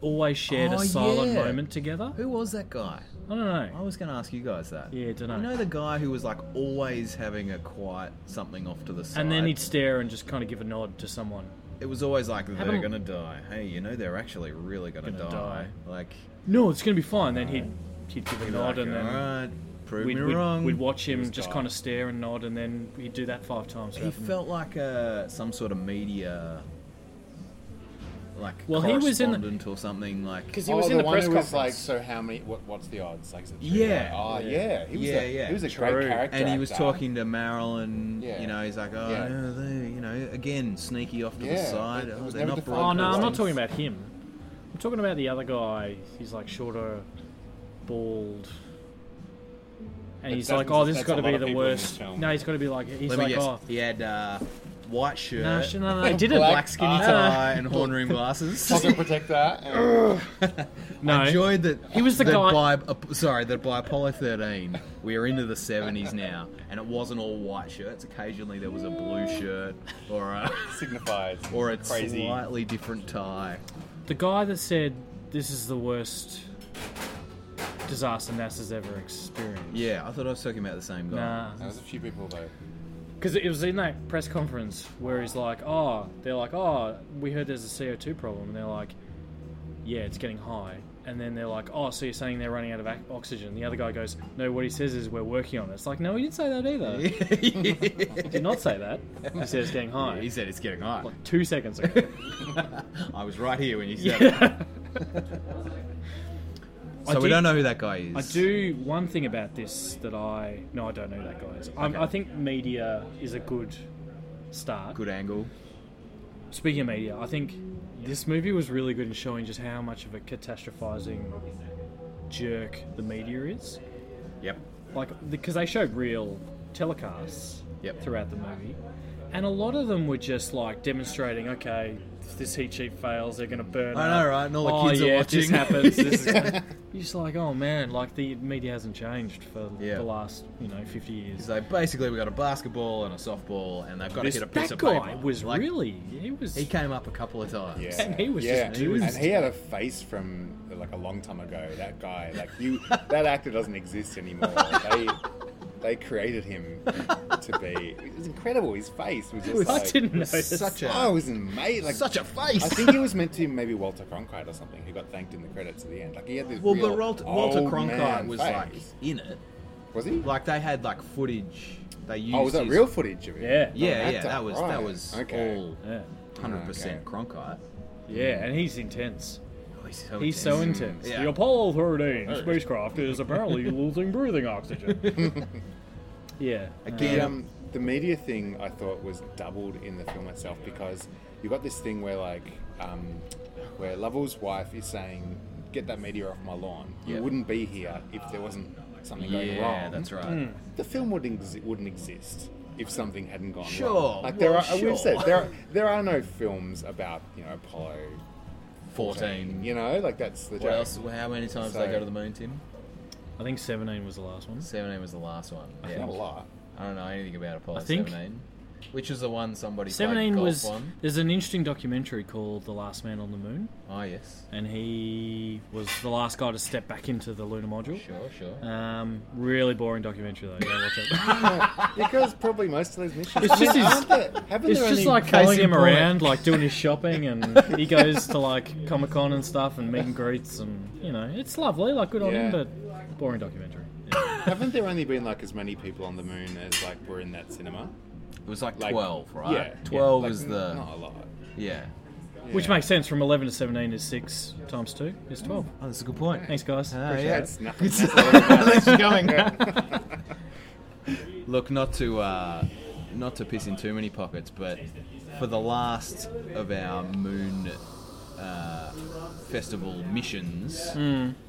[SPEAKER 4] always shared
[SPEAKER 3] Oh,
[SPEAKER 4] a silent
[SPEAKER 3] yeah.
[SPEAKER 4] moment together.
[SPEAKER 3] Who was that guy?
[SPEAKER 4] I don't know.
[SPEAKER 3] I was going to ask you guys that.
[SPEAKER 4] Yeah, dunno.
[SPEAKER 3] You know the guy who was like always having a quiet something off to the side.
[SPEAKER 4] And then he'd stare and just kind of give a nod to someone.
[SPEAKER 3] it was always like they're
[SPEAKER 4] Haven't-
[SPEAKER 3] going to die. Hey, you know they're actually really going to
[SPEAKER 4] Gonna
[SPEAKER 3] die.
[SPEAKER 4] die.
[SPEAKER 3] Like
[SPEAKER 4] No, it's going to be fine. Then he'd he'd give a nod, and
[SPEAKER 3] all
[SPEAKER 5] "Ah,
[SPEAKER 4] then
[SPEAKER 3] right, prove
[SPEAKER 4] we'd,
[SPEAKER 3] me
[SPEAKER 4] we'd,
[SPEAKER 3] wrong.
[SPEAKER 4] we'd watch him
[SPEAKER 5] was
[SPEAKER 4] just
[SPEAKER 5] dark.
[SPEAKER 4] kind of stare and nod, and then he'd do that five times.
[SPEAKER 3] he felt like uh, some sort of media like
[SPEAKER 4] Well, he was in the-
[SPEAKER 3] correspondent or something like
[SPEAKER 4] because he
[SPEAKER 5] oh,
[SPEAKER 4] was
[SPEAKER 5] the
[SPEAKER 4] in the
[SPEAKER 5] one
[SPEAKER 4] press
[SPEAKER 5] who was
[SPEAKER 4] conference.
[SPEAKER 5] like, so how many? What, what's the odds? Like, is it three?
[SPEAKER 3] Yeah.
[SPEAKER 5] Oh, yeah. He was
[SPEAKER 3] Yeah,
[SPEAKER 5] a,
[SPEAKER 3] yeah.
[SPEAKER 5] He was a
[SPEAKER 4] True.
[SPEAKER 5] great character.
[SPEAKER 3] and he was
[SPEAKER 5] actor.
[SPEAKER 3] talking to Marilyn.
[SPEAKER 5] Yeah.
[SPEAKER 3] You know, he's like, oh,
[SPEAKER 5] Yeah.
[SPEAKER 3] no, they, you know, again, sneaky off to the
[SPEAKER 5] Yeah,
[SPEAKER 3] side.
[SPEAKER 5] it- it
[SPEAKER 3] oh,
[SPEAKER 5] was
[SPEAKER 3] they're not
[SPEAKER 5] never defined
[SPEAKER 3] broadcasting.
[SPEAKER 4] oh no, I'm not
[SPEAKER 5] Broadcasting.
[SPEAKER 4] talking about him. I'm talking about the other guy. He's like shorter, bald. And
[SPEAKER 5] But
[SPEAKER 4] he's
[SPEAKER 5] that
[SPEAKER 4] like,
[SPEAKER 5] was-
[SPEAKER 4] "Oh, this has
[SPEAKER 5] that's
[SPEAKER 4] got to
[SPEAKER 5] a lot
[SPEAKER 4] be
[SPEAKER 5] of
[SPEAKER 4] the
[SPEAKER 5] people in this
[SPEAKER 4] worst."
[SPEAKER 5] film.
[SPEAKER 4] No, he's got to be like, he's
[SPEAKER 3] Let
[SPEAKER 4] like,
[SPEAKER 3] me guess.
[SPEAKER 4] "Oh,
[SPEAKER 3] He had uh, white shirt,
[SPEAKER 4] no, sh- no, no, he didn't."
[SPEAKER 5] Black
[SPEAKER 3] black skinny
[SPEAKER 5] tie.
[SPEAKER 3] tie, and horn rim glasses.
[SPEAKER 5] Pocket protector. And
[SPEAKER 4] no,
[SPEAKER 3] I enjoyed that.
[SPEAKER 4] He was the
[SPEAKER 3] that
[SPEAKER 4] guy-
[SPEAKER 3] By, uh, sorry, that by Apollo 13, we are into the 70s now, and it wasn't all white shirts. Occasionally, there was a blue shirt or a
[SPEAKER 5] signifies.
[SPEAKER 3] or a
[SPEAKER 5] crazy.
[SPEAKER 3] slightly different tie.
[SPEAKER 4] the guy that said this is the worst disaster NASA's ever experienced.
[SPEAKER 3] Yeah, I thought I was talking about the same guy.
[SPEAKER 4] Nah,
[SPEAKER 5] There's a few people though.
[SPEAKER 4] Because it was in that press conference where he's like, oh, they're like, oh, we heard there's a CO2 problem. And they're like, yeah, it's getting high. And then they're like, oh, so you're saying they're running out of ac- oxygen. The other guy goes, no, what he says is we're working on it. It's like, no, he didn't say that either. he did not say that. He said it's getting high.
[SPEAKER 3] he said it's getting high.
[SPEAKER 4] like two seconds ago.
[SPEAKER 3] I was right here when you said it.
[SPEAKER 4] Yeah.
[SPEAKER 3] So we don't know who that guy is.
[SPEAKER 4] I do one thing about this that I no, I don't know who that guy is. I'm-
[SPEAKER 3] Okay.
[SPEAKER 4] I think media is a good start.
[SPEAKER 3] Good angle.
[SPEAKER 4] Speaking of media, I think this movie was really good in showing just how much of a catastrophizing jerk the media is.
[SPEAKER 3] Yep.
[SPEAKER 4] Like, because they showed real telecasts
[SPEAKER 3] Yep.
[SPEAKER 4] throughout the movie, and a lot of them were just like demonstrating, okay, if this heat sheet fails, they're going to burn.
[SPEAKER 3] I know,
[SPEAKER 4] up.
[SPEAKER 3] right? And all the
[SPEAKER 4] oh,
[SPEAKER 3] kids are
[SPEAKER 4] yeah, if This
[SPEAKER 3] watching."
[SPEAKER 4] happens. This is gonna-" You're just like, oh man, like the media hasn't changed for
[SPEAKER 3] Yeah.
[SPEAKER 4] the last you know 50 years.
[SPEAKER 3] So basically, we got a basketball and a softball, and they've got
[SPEAKER 4] This-
[SPEAKER 3] to hit a piece
[SPEAKER 4] that
[SPEAKER 3] of
[SPEAKER 4] guy
[SPEAKER 3] paper.
[SPEAKER 4] was
[SPEAKER 3] Like,
[SPEAKER 4] really he was
[SPEAKER 3] He came up a couple of times.
[SPEAKER 5] Yeah.
[SPEAKER 4] And he was
[SPEAKER 5] yeah.
[SPEAKER 4] just dudes.
[SPEAKER 5] And he had a face from like a long time ago. That guy, like you, that actor doesn't exist anymore. they, they created him to be. It was incredible. His face was just like.
[SPEAKER 4] I didn't know
[SPEAKER 3] Such a
[SPEAKER 5] Oh, it was amazing. Like,
[SPEAKER 3] such a face.
[SPEAKER 5] I think he was meant to maybe Walter Cronkite or something, who got thanked in the credits at the end. Like he had this.
[SPEAKER 3] Well,
[SPEAKER 5] real
[SPEAKER 3] but Walter, Walter
[SPEAKER 5] old
[SPEAKER 3] Cronkite
[SPEAKER 5] Oh, man
[SPEAKER 3] was
[SPEAKER 5] face.
[SPEAKER 3] like in it.
[SPEAKER 5] was he?
[SPEAKER 3] Like they had like footage they used.
[SPEAKER 5] oh, was that
[SPEAKER 3] his-
[SPEAKER 5] real footage of it?
[SPEAKER 4] Yeah.
[SPEAKER 5] Not
[SPEAKER 3] Yeah,
[SPEAKER 5] an
[SPEAKER 3] yeah,
[SPEAKER 5] actor.
[SPEAKER 3] that was
[SPEAKER 5] Right.
[SPEAKER 3] that was
[SPEAKER 5] okay.
[SPEAKER 3] all
[SPEAKER 4] yeah.
[SPEAKER 3] hundred percent
[SPEAKER 5] Okay.
[SPEAKER 3] Cronkite.
[SPEAKER 4] Yeah, and he's intense.
[SPEAKER 3] Oh, he's so
[SPEAKER 4] He's so
[SPEAKER 3] intense.
[SPEAKER 4] intense.
[SPEAKER 3] Yeah. Oh,
[SPEAKER 4] The Apollo 13 spacecraft is apparently losing breathing oxygen. yeah.
[SPEAKER 3] Again,
[SPEAKER 5] The um, the media thing I thought was doubled in the film itself because you got this thing where like um, where Lovell's wife is saying, "Get that media off my lawn." You
[SPEAKER 3] Yeah.
[SPEAKER 5] wouldn't be here if there wasn't something going wrong. Hmm.
[SPEAKER 3] yeah, that's right.
[SPEAKER 5] the film wouldn't exi- wouldn't exist if something hadn't gone
[SPEAKER 3] Sure,
[SPEAKER 5] wrong. Like there
[SPEAKER 3] well,
[SPEAKER 5] are,
[SPEAKER 3] sure.
[SPEAKER 5] we've said there are, there are no films about you know Apollo.
[SPEAKER 3] Fourteen.
[SPEAKER 5] You know, like that's the
[SPEAKER 3] What
[SPEAKER 5] joke.
[SPEAKER 3] else? How many times did they
[SPEAKER 5] So-
[SPEAKER 3] go to the moon, Tim?
[SPEAKER 4] I think 17 was the last one.
[SPEAKER 3] Seventeen was the last one.
[SPEAKER 5] It's
[SPEAKER 3] Yeah.
[SPEAKER 5] Not a lot.
[SPEAKER 3] I don't know anything about Apollo
[SPEAKER 4] I think-
[SPEAKER 3] seventeen. Which is the one somebody
[SPEAKER 4] 17
[SPEAKER 3] played golf
[SPEAKER 4] was.
[SPEAKER 3] on?
[SPEAKER 4] There's an interesting documentary called The Last Man on the Moon,
[SPEAKER 3] Oh yes.
[SPEAKER 4] and he was the last guy to step back into the lunar module.
[SPEAKER 3] Sure, sure.
[SPEAKER 4] Um, really boring documentary though. Go watch it.
[SPEAKER 5] because probably most of those missions.
[SPEAKER 4] It's just his-
[SPEAKER 5] aren't there- haven't
[SPEAKER 4] It's
[SPEAKER 5] there
[SPEAKER 4] just
[SPEAKER 5] only-
[SPEAKER 4] like
[SPEAKER 3] case
[SPEAKER 4] following
[SPEAKER 3] in
[SPEAKER 4] him
[SPEAKER 3] point.
[SPEAKER 4] around, like doing his shopping, and he goes to like Comic Con and stuff, and meet and greets, and you know, it's lovely, like good on him,
[SPEAKER 5] Yeah.
[SPEAKER 4] but boring documentary.
[SPEAKER 5] haven't there only been like as many people on the moon as like were in that cinema?
[SPEAKER 3] It was like,
[SPEAKER 5] Like,
[SPEAKER 3] twelve, right?
[SPEAKER 5] Yeah,
[SPEAKER 3] Twelve
[SPEAKER 5] like,
[SPEAKER 3] is the
[SPEAKER 5] not a lot.
[SPEAKER 4] Oh,
[SPEAKER 3] yeah.
[SPEAKER 4] Which makes sense. From 11 to 17 is 6 times 2 is 12.
[SPEAKER 3] Oh, that's a good point. Ah,
[SPEAKER 4] Thanks, guys. Appreciate
[SPEAKER 3] yeah.
[SPEAKER 4] it.
[SPEAKER 5] That's nothing. That's all about it.
[SPEAKER 3] Thanks for coming. Look, not to uh, not to piss in too many pockets, but for the last of our moon uh, festival missions,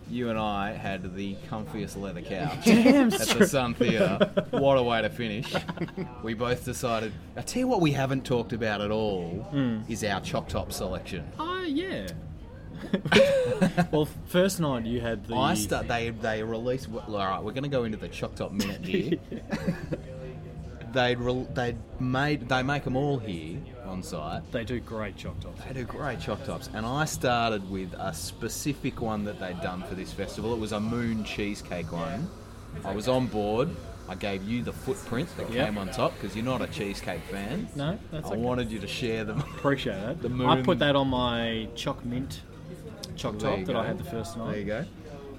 [SPEAKER 3] you and I had the comfiest leather couch at the Sun Theatre. What a way to finish! we both decided. I tell you what, we haven't talked about at all is our choc top selection.
[SPEAKER 4] Ah, yeah. well, first night you had the.
[SPEAKER 3] I start. They they release. All right, we're going to go into the choc top minute here. they re, they made they make them all here on site.
[SPEAKER 4] They do great choc tops.
[SPEAKER 3] They do great choc tops, and I started with a specific one that they'd done for this festival. It was a moon cheesecake one. I was on board. I gave you the footprint that
[SPEAKER 4] Yep.
[SPEAKER 3] came on top because you're not a cheesecake fan.
[SPEAKER 4] No, that's
[SPEAKER 3] I
[SPEAKER 4] okay.
[SPEAKER 3] wanted you to share them.
[SPEAKER 4] Appreciate that.
[SPEAKER 3] The moon-
[SPEAKER 4] I put that on my choc mint choc
[SPEAKER 3] There
[SPEAKER 4] top
[SPEAKER 3] you
[SPEAKER 4] that I
[SPEAKER 3] go.
[SPEAKER 4] had the first night.
[SPEAKER 3] There you go.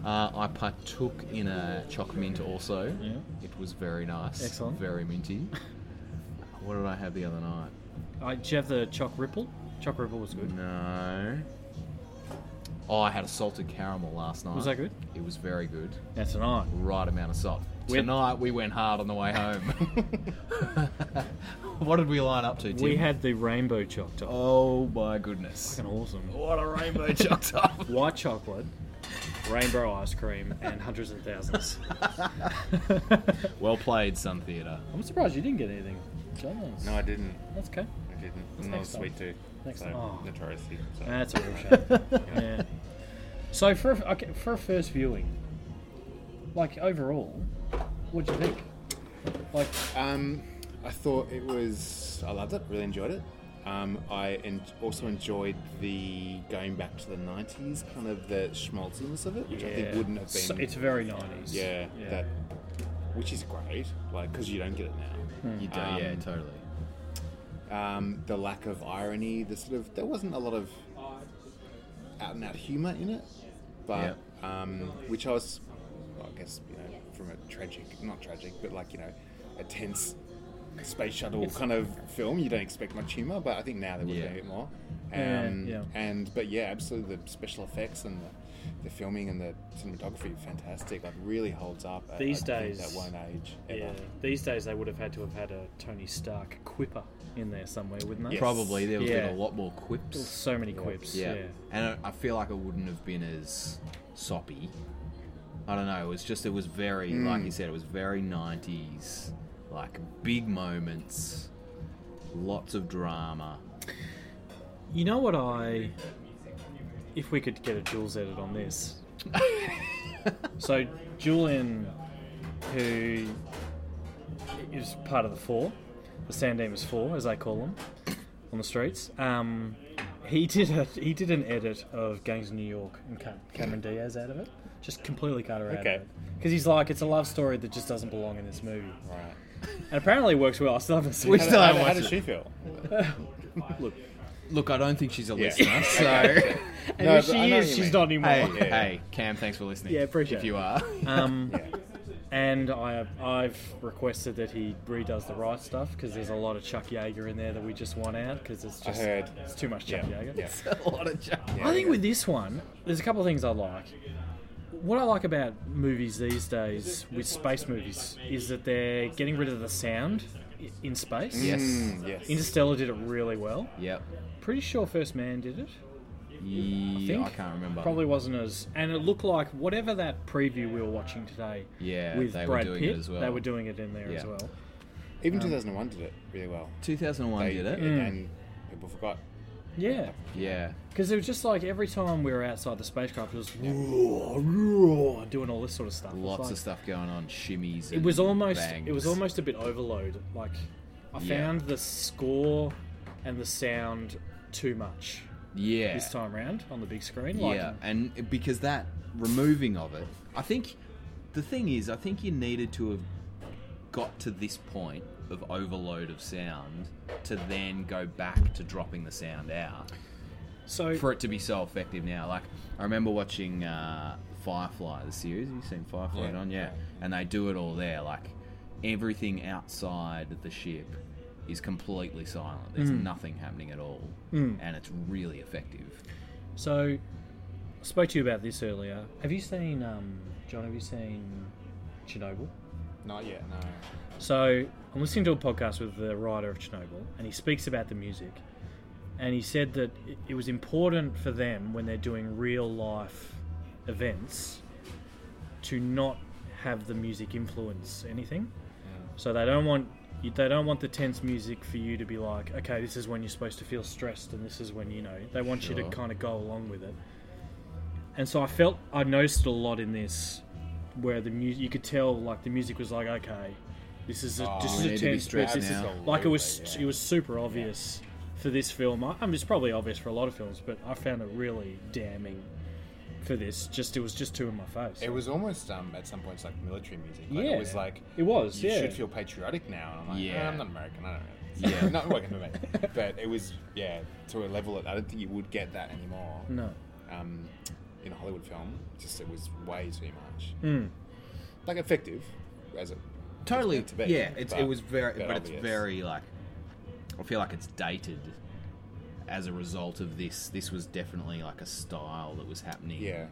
[SPEAKER 3] Uh, I partook in a choc mint also.
[SPEAKER 4] Yeah.
[SPEAKER 3] It was very nice.
[SPEAKER 4] Excellent.
[SPEAKER 3] Very minty. What did I have the other night?
[SPEAKER 4] Uh, did you have the Choc Ripple? Choc Ripple was
[SPEAKER 3] Mm.
[SPEAKER 4] good.
[SPEAKER 3] No. Oh, I had a salted caramel last night.
[SPEAKER 4] Was that good?
[SPEAKER 3] It was very good.
[SPEAKER 4] Now tonight,
[SPEAKER 3] Right amount of salt.
[SPEAKER 4] We-
[SPEAKER 3] Tonight we went hard on the way home. what did we line up to, Tim?
[SPEAKER 4] we had the Rainbow Choc Top.
[SPEAKER 3] Oh my goodness!
[SPEAKER 4] Fucking awesome.
[SPEAKER 3] What a rainbow chucked up.
[SPEAKER 4] White chocolate, rainbow ice cream, and hundreds and thousands.
[SPEAKER 3] Well played, Sun Theatre.
[SPEAKER 4] I'm surprised you didn't get anything. John's.
[SPEAKER 5] No, I didn't.
[SPEAKER 4] That's okay.
[SPEAKER 5] I didn't.
[SPEAKER 4] That's
[SPEAKER 5] and I was
[SPEAKER 4] next time.
[SPEAKER 5] sweet too.
[SPEAKER 4] Next
[SPEAKER 5] so,
[SPEAKER 4] time. Oh.
[SPEAKER 5] Notoriously. So.
[SPEAKER 4] That's a real shame. yeah. So for a, okay, for a first viewing, like overall, what'd you think? Like,
[SPEAKER 5] Um, I thought it was. I loved it. Really enjoyed it. Um, I en- also enjoyed the going back to the '90s, kind of the schmaltziness of it, which I think
[SPEAKER 4] yeah,
[SPEAKER 5] wouldn't have been.
[SPEAKER 4] so- it's very 90s.
[SPEAKER 5] yeah, that, which is great, like because you don't get it now.
[SPEAKER 4] Hmm.
[SPEAKER 3] You do,
[SPEAKER 5] Um,
[SPEAKER 3] yeah, totally.
[SPEAKER 5] Um, the lack of irony, the sort of there wasn't a lot of out and out humour in it, but um, which I was, well, I guess you know, from a tragic, not tragic, but like you know, a tense space shuttle kind of film. You don't expect much humour, but I think now there would
[SPEAKER 3] Yeah.
[SPEAKER 5] be a bit more.
[SPEAKER 4] Yeah,
[SPEAKER 5] Um,
[SPEAKER 4] yeah.
[SPEAKER 5] And but yeah, absolutely the special effects and the, the filming and the cinematography, fantastic. Like really holds up. I- I
[SPEAKER 4] These
[SPEAKER 5] think
[SPEAKER 4] days-
[SPEAKER 5] that won't age ever.
[SPEAKER 4] Yeah, these days they would have had to have had a Tony Stark quipper in there somewhere, wouldn't they?
[SPEAKER 5] Yes.
[SPEAKER 3] Probably there was been a
[SPEAKER 4] Yeah.
[SPEAKER 3] lot more quips.
[SPEAKER 4] So many quips.
[SPEAKER 3] Yeah.
[SPEAKER 4] Yeah.
[SPEAKER 3] and I- I feel like it wouldn't have been as soppy. I don't know. It was just it was very like you said. It was very nineties, like big moments, lots of drama.
[SPEAKER 4] You know what I? If we could get a Jules edit on this. so Julian, who is part of the four, the Sandemus four as they call them on the streets, um, he did a he did an edit of Gangs of New York and cut Cameron Diaz out of it. Just completely cut her out
[SPEAKER 5] Okay.
[SPEAKER 4] of it because he's like it's a love story that just doesn't belong in this movie.
[SPEAKER 5] Right.
[SPEAKER 4] And apparently it works well. I still haven't seen
[SPEAKER 3] We
[SPEAKER 4] it.
[SPEAKER 5] How,
[SPEAKER 3] still
[SPEAKER 5] how-
[SPEAKER 3] haven't
[SPEAKER 5] how
[SPEAKER 3] watched
[SPEAKER 5] does
[SPEAKER 3] it.
[SPEAKER 5] she feel?
[SPEAKER 3] Look, I don't think she's a
[SPEAKER 5] Yeah.
[SPEAKER 3] listener. So
[SPEAKER 4] And
[SPEAKER 5] No,
[SPEAKER 4] if
[SPEAKER 5] but
[SPEAKER 4] she
[SPEAKER 5] I know what
[SPEAKER 4] is,
[SPEAKER 5] you
[SPEAKER 4] she's
[SPEAKER 5] mean.
[SPEAKER 4] not anymore.
[SPEAKER 3] hey,
[SPEAKER 5] Yeah.
[SPEAKER 3] hey, Cam, thanks for listening.
[SPEAKER 4] Yeah, appreciate
[SPEAKER 3] If you
[SPEAKER 4] it.
[SPEAKER 3] are,
[SPEAKER 4] Um,
[SPEAKER 5] Yeah.
[SPEAKER 4] and I, I've requested that he redoes the right stuff because there's a lot of Chuck Yeager in there that we just want out because it's
[SPEAKER 5] I
[SPEAKER 4] just
[SPEAKER 5] heard.
[SPEAKER 4] it's too much Chuck
[SPEAKER 5] Yeah.
[SPEAKER 4] Yeager.
[SPEAKER 5] Yeah.
[SPEAKER 3] a lot of jokes.
[SPEAKER 5] yeah,
[SPEAKER 4] I think
[SPEAKER 5] yeah.
[SPEAKER 4] with this one, there's a couple of things I like. What I like about movies these days with space movies is that they're getting rid of the sound i- in space.
[SPEAKER 3] Yes.
[SPEAKER 5] Mm, yes.
[SPEAKER 4] Interstellar did it really well.
[SPEAKER 3] Yep.
[SPEAKER 4] Pretty sure First Man did it.
[SPEAKER 3] Yeah,
[SPEAKER 4] think.
[SPEAKER 3] I can't remember.
[SPEAKER 4] Probably wasn't as, and it looked like whatever that preview we were watching today.
[SPEAKER 3] Yeah,
[SPEAKER 4] with
[SPEAKER 3] they were
[SPEAKER 4] Brad
[SPEAKER 3] doing it
[SPEAKER 4] Pitt,
[SPEAKER 3] as well.
[SPEAKER 4] they were doing it in there as
[SPEAKER 3] Yeah.
[SPEAKER 4] well.
[SPEAKER 5] Even 2001 did it really well.
[SPEAKER 3] 2001
[SPEAKER 5] They-
[SPEAKER 3] Um, did it.
[SPEAKER 4] Mm.
[SPEAKER 5] And, and people forgot.
[SPEAKER 4] Yeah,
[SPEAKER 3] Yeah.
[SPEAKER 4] because it was just like every time we were outside the spacecraft, it was roar, roar, doing all this sort of stuff. It's
[SPEAKER 3] Lots
[SPEAKER 4] like-
[SPEAKER 3] of stuff going on, shimmies.
[SPEAKER 4] It
[SPEAKER 3] and
[SPEAKER 4] was almost, it was
[SPEAKER 3] bangs.
[SPEAKER 4] almost a bit overload. Like I
[SPEAKER 3] Yeah.
[SPEAKER 4] found the score and the sound too much
[SPEAKER 3] yeah.
[SPEAKER 4] this time round on the big screen. Like,
[SPEAKER 3] Yeah, and because that removing of it, I think the thing is, I think you needed to have got to this point of overload of sound to then go back to dropping the sound out
[SPEAKER 4] so
[SPEAKER 3] for it to be so effective now. Like I remember watching uh, Firefly the series. Have you seen Firefly
[SPEAKER 5] Yeah.
[SPEAKER 3] on? Yeah, and they do it all there. Like everything outside the ship is completely silent. There's nothing happening at all, and it's really effective.
[SPEAKER 4] So, I spoke to you about this earlier. Have you seen, um, John, have you seen Chernobyl?
[SPEAKER 5] Not yet, no.
[SPEAKER 4] So, I'm listening to a podcast with the writer of Chernobyl, and he speaks about the music. And he said that it- it was important for them when they're doing real life events to not have the music influence anything. So they don't want you- they don't want the tense music for you to be like, okay, this is when you're supposed to feel stressed, and this is when you know they want you to
[SPEAKER 3] Sure.
[SPEAKER 4] kind of go along with it. And so I felt I noticed a lot in this where the music you could tell like the music was like, okay, this is a, this
[SPEAKER 5] we
[SPEAKER 4] is
[SPEAKER 3] Oh, need
[SPEAKER 4] a
[SPEAKER 3] to be
[SPEAKER 4] tense bit.
[SPEAKER 3] stressed
[SPEAKER 4] This is
[SPEAKER 3] now.
[SPEAKER 4] like it was it was super obvious for this film. I, I mean, it's probably obvious for a lot of films, but I found it really damning for this. Just it was just too in my face.
[SPEAKER 5] It was almost um, at some points like military music. Like, It was
[SPEAKER 4] Yeah.
[SPEAKER 5] like
[SPEAKER 4] It was,
[SPEAKER 5] You
[SPEAKER 4] yeah.
[SPEAKER 5] should feel patriotic now, and I'm like,
[SPEAKER 3] Yeah.
[SPEAKER 5] "Ah, I'm not American. I don't know.
[SPEAKER 3] Yeah.
[SPEAKER 5] not working for me. But it was yeah to a level that I don't think you would get that anymore.
[SPEAKER 4] no.
[SPEAKER 5] Um, in a Hollywood film, just it was way too much.
[SPEAKER 4] Mm.
[SPEAKER 5] Like effective, as it
[SPEAKER 3] totally
[SPEAKER 5] meant to be,
[SPEAKER 3] yeah it's, it
[SPEAKER 5] but
[SPEAKER 3] was very
[SPEAKER 5] a bit
[SPEAKER 3] but it's
[SPEAKER 5] obvious.
[SPEAKER 3] very like I feel like it's dated as a result of this. This was definitely like a style that was happening.
[SPEAKER 5] Yeah.